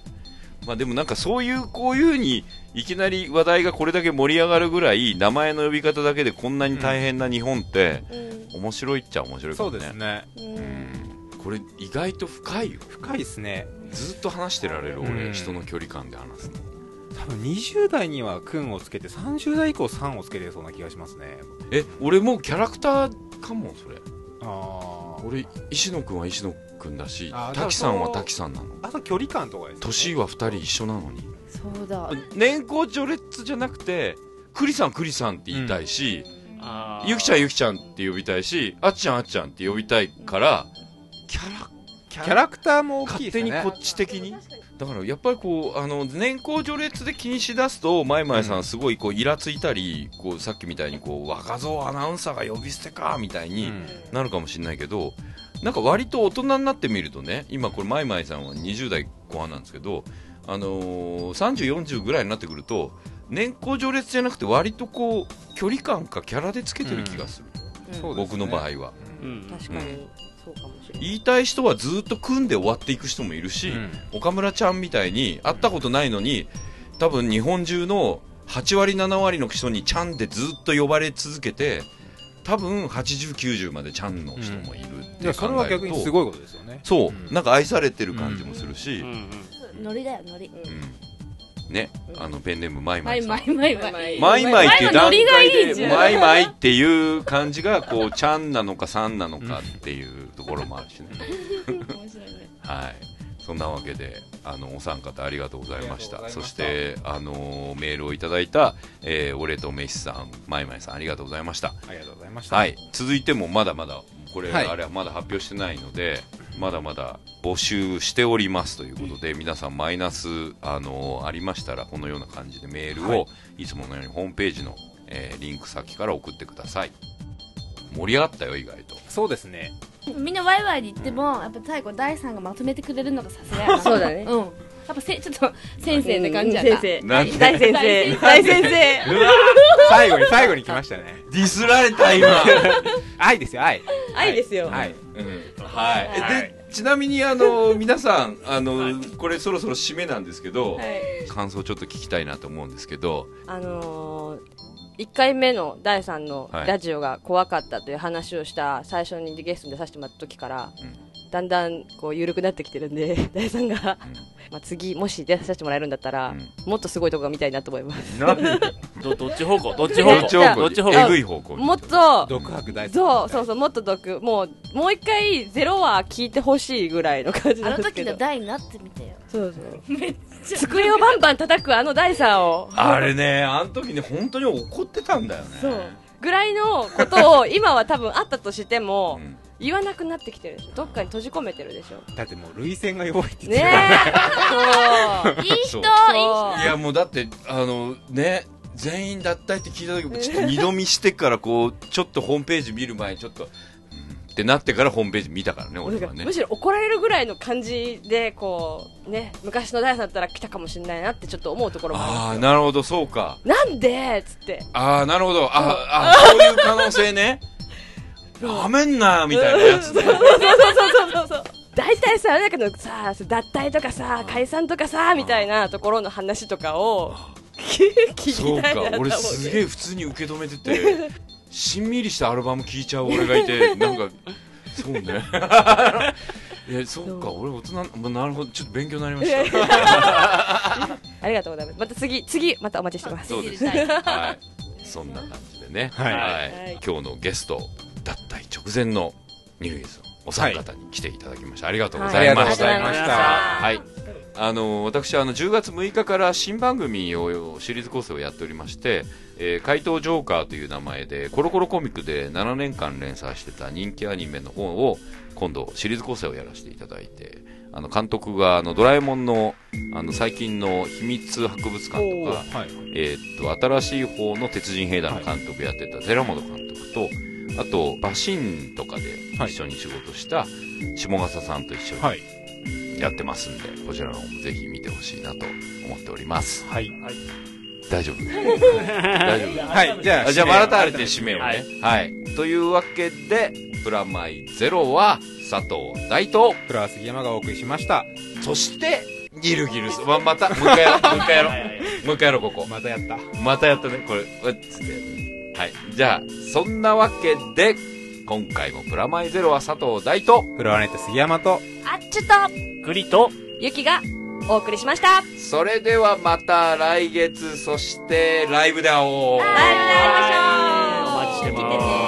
[SPEAKER 2] まあ、でもなんかそういうこういうふうにいきなり話題がこれだけ盛り上がるぐらい名前の呼び方だけでこんなに大変な日本って面白いっちゃ面白いか
[SPEAKER 3] そ
[SPEAKER 2] も
[SPEAKER 3] う
[SPEAKER 2] ね
[SPEAKER 3] ですね
[SPEAKER 2] うんこれ意外と深いよ
[SPEAKER 3] 深いですね
[SPEAKER 2] ずっと話してられる俺、
[SPEAKER 3] うん
[SPEAKER 2] 人の距離感で話すの
[SPEAKER 3] 多分20代には「くん」をつけて30代以降「さん」をつけてそうな気がしますね
[SPEAKER 2] え俺もうキャラクターかもそれ
[SPEAKER 3] ああ
[SPEAKER 2] 俺石野君は石野君だし
[SPEAKER 3] あー
[SPEAKER 2] 滝さんは
[SPEAKER 3] だからその
[SPEAKER 2] 滝さんなの
[SPEAKER 3] あと距離感とかですね
[SPEAKER 2] 年は2人一緒なのに
[SPEAKER 7] そうだ
[SPEAKER 2] 年功序列じゃなくて栗さん栗さんって言いたいし、
[SPEAKER 5] あー
[SPEAKER 2] ゆきちゃんゆきちゃんって呼びたいしあっちゃんあっちゃんって呼びたいからキャラ
[SPEAKER 3] キャラクターも大きい
[SPEAKER 2] 勝
[SPEAKER 3] で
[SPEAKER 2] 手
[SPEAKER 3] す
[SPEAKER 2] に
[SPEAKER 3] ね
[SPEAKER 2] こっち的にだからやっぱりこうあの年功序列で気にしだすとまいまいさんすごいこうイラついたりこうさっきみたいにこう若造アナウンサーが呼び捨てかみたいに
[SPEAKER 3] うん
[SPEAKER 2] なるかもしれないけどなんか割と大人になってみるとね今これまいまいさんは20代後半なんですけど、あのー、3040ぐらいになってくると年功序列じゃなくて割とこう距離感かキャラでつけてる気がする、
[SPEAKER 3] そうです
[SPEAKER 2] 僕
[SPEAKER 3] ね
[SPEAKER 2] の場合は。
[SPEAKER 5] うん
[SPEAKER 4] 確かにそうかもしれない
[SPEAKER 2] 言いたい人はずっと組んで終わっていく人もいるし、
[SPEAKER 3] うん
[SPEAKER 2] 岡村ちゃんみたいに会ったことないのに多分日本中の8割7割の人に「ちゃん」でずっと呼ばれ続けて多分8090まで「ちゃん」の人もいるって
[SPEAKER 3] い
[SPEAKER 2] 考えると、
[SPEAKER 3] やそれは逆にすごいことですよね
[SPEAKER 2] そう、
[SPEAKER 3] うん
[SPEAKER 2] なんか愛されてる感じもするし、
[SPEAKER 5] う
[SPEAKER 2] うんん
[SPEAKER 5] うん
[SPEAKER 7] ノリだよノリ
[SPEAKER 2] ねあのペンネームマイマ
[SPEAKER 7] マ
[SPEAKER 2] イ
[SPEAKER 7] イ
[SPEAKER 2] さん
[SPEAKER 7] マイマイマ
[SPEAKER 4] マ
[SPEAKER 7] イ
[SPEAKER 4] イマイ
[SPEAKER 2] マイマイっていう段階で、マ
[SPEAKER 7] マ
[SPEAKER 2] イマイっていう感じが、こう、ちゃんなのか、さんなのかっていうところもあるしね。はい。そんなわけで、あの、お三方ありがとうございました。
[SPEAKER 3] ありがとう
[SPEAKER 2] そ
[SPEAKER 3] ございまし
[SPEAKER 2] して、
[SPEAKER 3] た
[SPEAKER 2] あの、メールをいただいた、えー、俺とメシさん、マイマイさん、ありがとうございました。
[SPEAKER 3] ありがとうございました
[SPEAKER 2] はい。続いても、まだまだ、これ、
[SPEAKER 3] はい
[SPEAKER 2] あれはまだ発表してないので、まだまだ募集しておりますということで、皆さんマイナス、あのありましたら、このような感じでメールを、い、つものようにホームページの、えーリンク先から送ってください。盛り上がったよ、意外と。
[SPEAKER 3] そうですね
[SPEAKER 7] みんなワイワイに言ってもやっぱ最後第三がまとめてくれるのがさすがやな
[SPEAKER 4] そうだね
[SPEAKER 7] うんやっぱせちょっと先生って感じやな
[SPEAKER 4] 先生
[SPEAKER 2] なんで
[SPEAKER 4] 大先生大先 生
[SPEAKER 3] 最後に最後に来ましたね
[SPEAKER 2] ディスられた、今。
[SPEAKER 3] 愛ですよ愛
[SPEAKER 4] 愛ですよ
[SPEAKER 3] 愛
[SPEAKER 2] うんはい、でちなみにあの皆さんあの、これそろそろ締めなんですけど、
[SPEAKER 4] はい
[SPEAKER 2] 感想ちょっと聞きたいなと思うんですけど、
[SPEAKER 4] あのー、1回目の第3のラジオが怖かったという話をした最初にゲストに出させてもらった時から、
[SPEAKER 2] う
[SPEAKER 4] だんだんこう緩くなってきてるんで第3が、まあ、次もし出させてもらえるんだったら、もっとすごいとこが見たいなと思います
[SPEAKER 5] どどっち方向どっち
[SPEAKER 4] ど
[SPEAKER 5] 方
[SPEAKER 4] っ
[SPEAKER 5] 向
[SPEAKER 4] ち方向
[SPEAKER 5] どっち方
[SPEAKER 2] え
[SPEAKER 5] 向
[SPEAKER 2] ぐい方向に
[SPEAKER 4] もっと
[SPEAKER 3] 独白大
[SPEAKER 4] そうそうそうもっと毒もうもう一回ゼロは聞いてほしいぐらいの感じ
[SPEAKER 7] あ
[SPEAKER 4] なん
[SPEAKER 7] の
[SPEAKER 4] です
[SPEAKER 7] 時
[SPEAKER 4] け
[SPEAKER 7] の
[SPEAKER 4] ど
[SPEAKER 7] 台になってみ てよ
[SPEAKER 4] そうそう机をバンバン叩くあの第3を
[SPEAKER 2] あれねあの時ね本当に怒ってたんだよね
[SPEAKER 4] そうぐらいのことを今は多分あったとしても、
[SPEAKER 2] うん
[SPEAKER 4] 言わなくなってきてるでしょどっかに閉じ込めてる でしょ
[SPEAKER 3] だってもう涙腺が弱いって言っ
[SPEAKER 4] ね
[SPEAKER 3] てた
[SPEAKER 4] え
[SPEAKER 6] いい人
[SPEAKER 2] そう
[SPEAKER 4] そう
[SPEAKER 2] いやもうだってあのね全員脱退って聞いた時もちょっと二度見してからこうちょっとホームページ見る前にちょっとうんってなってからホームページ見たからね俺
[SPEAKER 4] なん
[SPEAKER 2] は
[SPEAKER 4] か
[SPEAKER 2] ね
[SPEAKER 4] むしろ怒られるぐらいの感じでこうね昔のダイさんだったら来たかもしれないなってちょっと思うところも
[SPEAKER 2] あ
[SPEAKER 4] あ
[SPEAKER 2] あなるほどそうか
[SPEAKER 4] るなんでっつって
[SPEAKER 2] ああなるほどああそういう可能性ねはめんなみたいなやつね
[SPEAKER 4] 大体さあれだけどさ脱退とかさ解散とかさみたいなところの話とかを聞き
[SPEAKER 2] そう
[SPEAKER 4] た
[SPEAKER 2] か
[SPEAKER 4] いなと思
[SPEAKER 2] 俺
[SPEAKER 4] う
[SPEAKER 2] すげえ普通に受け止めててしんみりしたアルバム聴いちゃう俺がいてなんかそうねいやそうか俺大人な、まあ、なるほどちょっと勉強になりました
[SPEAKER 4] ありがとうございますまた次次またお待ちしてます
[SPEAKER 2] そうですねはいそんな感じでね
[SPEAKER 3] はい
[SPEAKER 4] はい
[SPEAKER 2] 今日のゲスト脱退直前のニューイーズのお三方に来ていただきました、ありがとうございました、
[SPEAKER 3] は
[SPEAKER 4] ありがとうございました
[SPEAKER 2] はい、あの私あの10月6日から新番組をシリーズ構成をやっておりまして「えー怪盗ジョーカー」という名前でコロコロコミックで7年間連載してた人気アニメの本を今度シリーズ構成をやらせていただいてあの監督があのドラえもんのあの最近の秘密博物館とか
[SPEAKER 3] はい
[SPEAKER 2] えーっと、新しい方の鉄人兵団の監督やってた寺本監督と、あと、バシンとかで一緒に仕事した下笠さんと一緒
[SPEAKER 3] はい
[SPEAKER 2] にやってますんで、こちらの方もぜひ見てほしいなと思っております。
[SPEAKER 3] はい
[SPEAKER 2] 大 丈夫大丈夫
[SPEAKER 3] はいじゃあ
[SPEAKER 2] あじゃあ、
[SPEAKER 3] 締めを
[SPEAKER 2] 改めて締めをね。はい。というわけで、プラマイゼロは佐藤大東、
[SPEAKER 3] フラー杉山がお送りしました
[SPEAKER 2] そして、ギルギルス。ま、また、もう一回や ろう。もう一回やろう。もう一回やろう、ここ。
[SPEAKER 3] またやった
[SPEAKER 2] またやったね、これ。うっつってやるはい。じゃあ、そんなわけで、今回もプラマイゼロは佐藤大と、
[SPEAKER 3] フロアネット杉山と
[SPEAKER 6] あっちょっと
[SPEAKER 5] 栗と
[SPEAKER 4] ゆきがお送りしました
[SPEAKER 2] それではまた来月、そしてライブで会おう。
[SPEAKER 6] 会いましょう
[SPEAKER 5] お待ちしてます。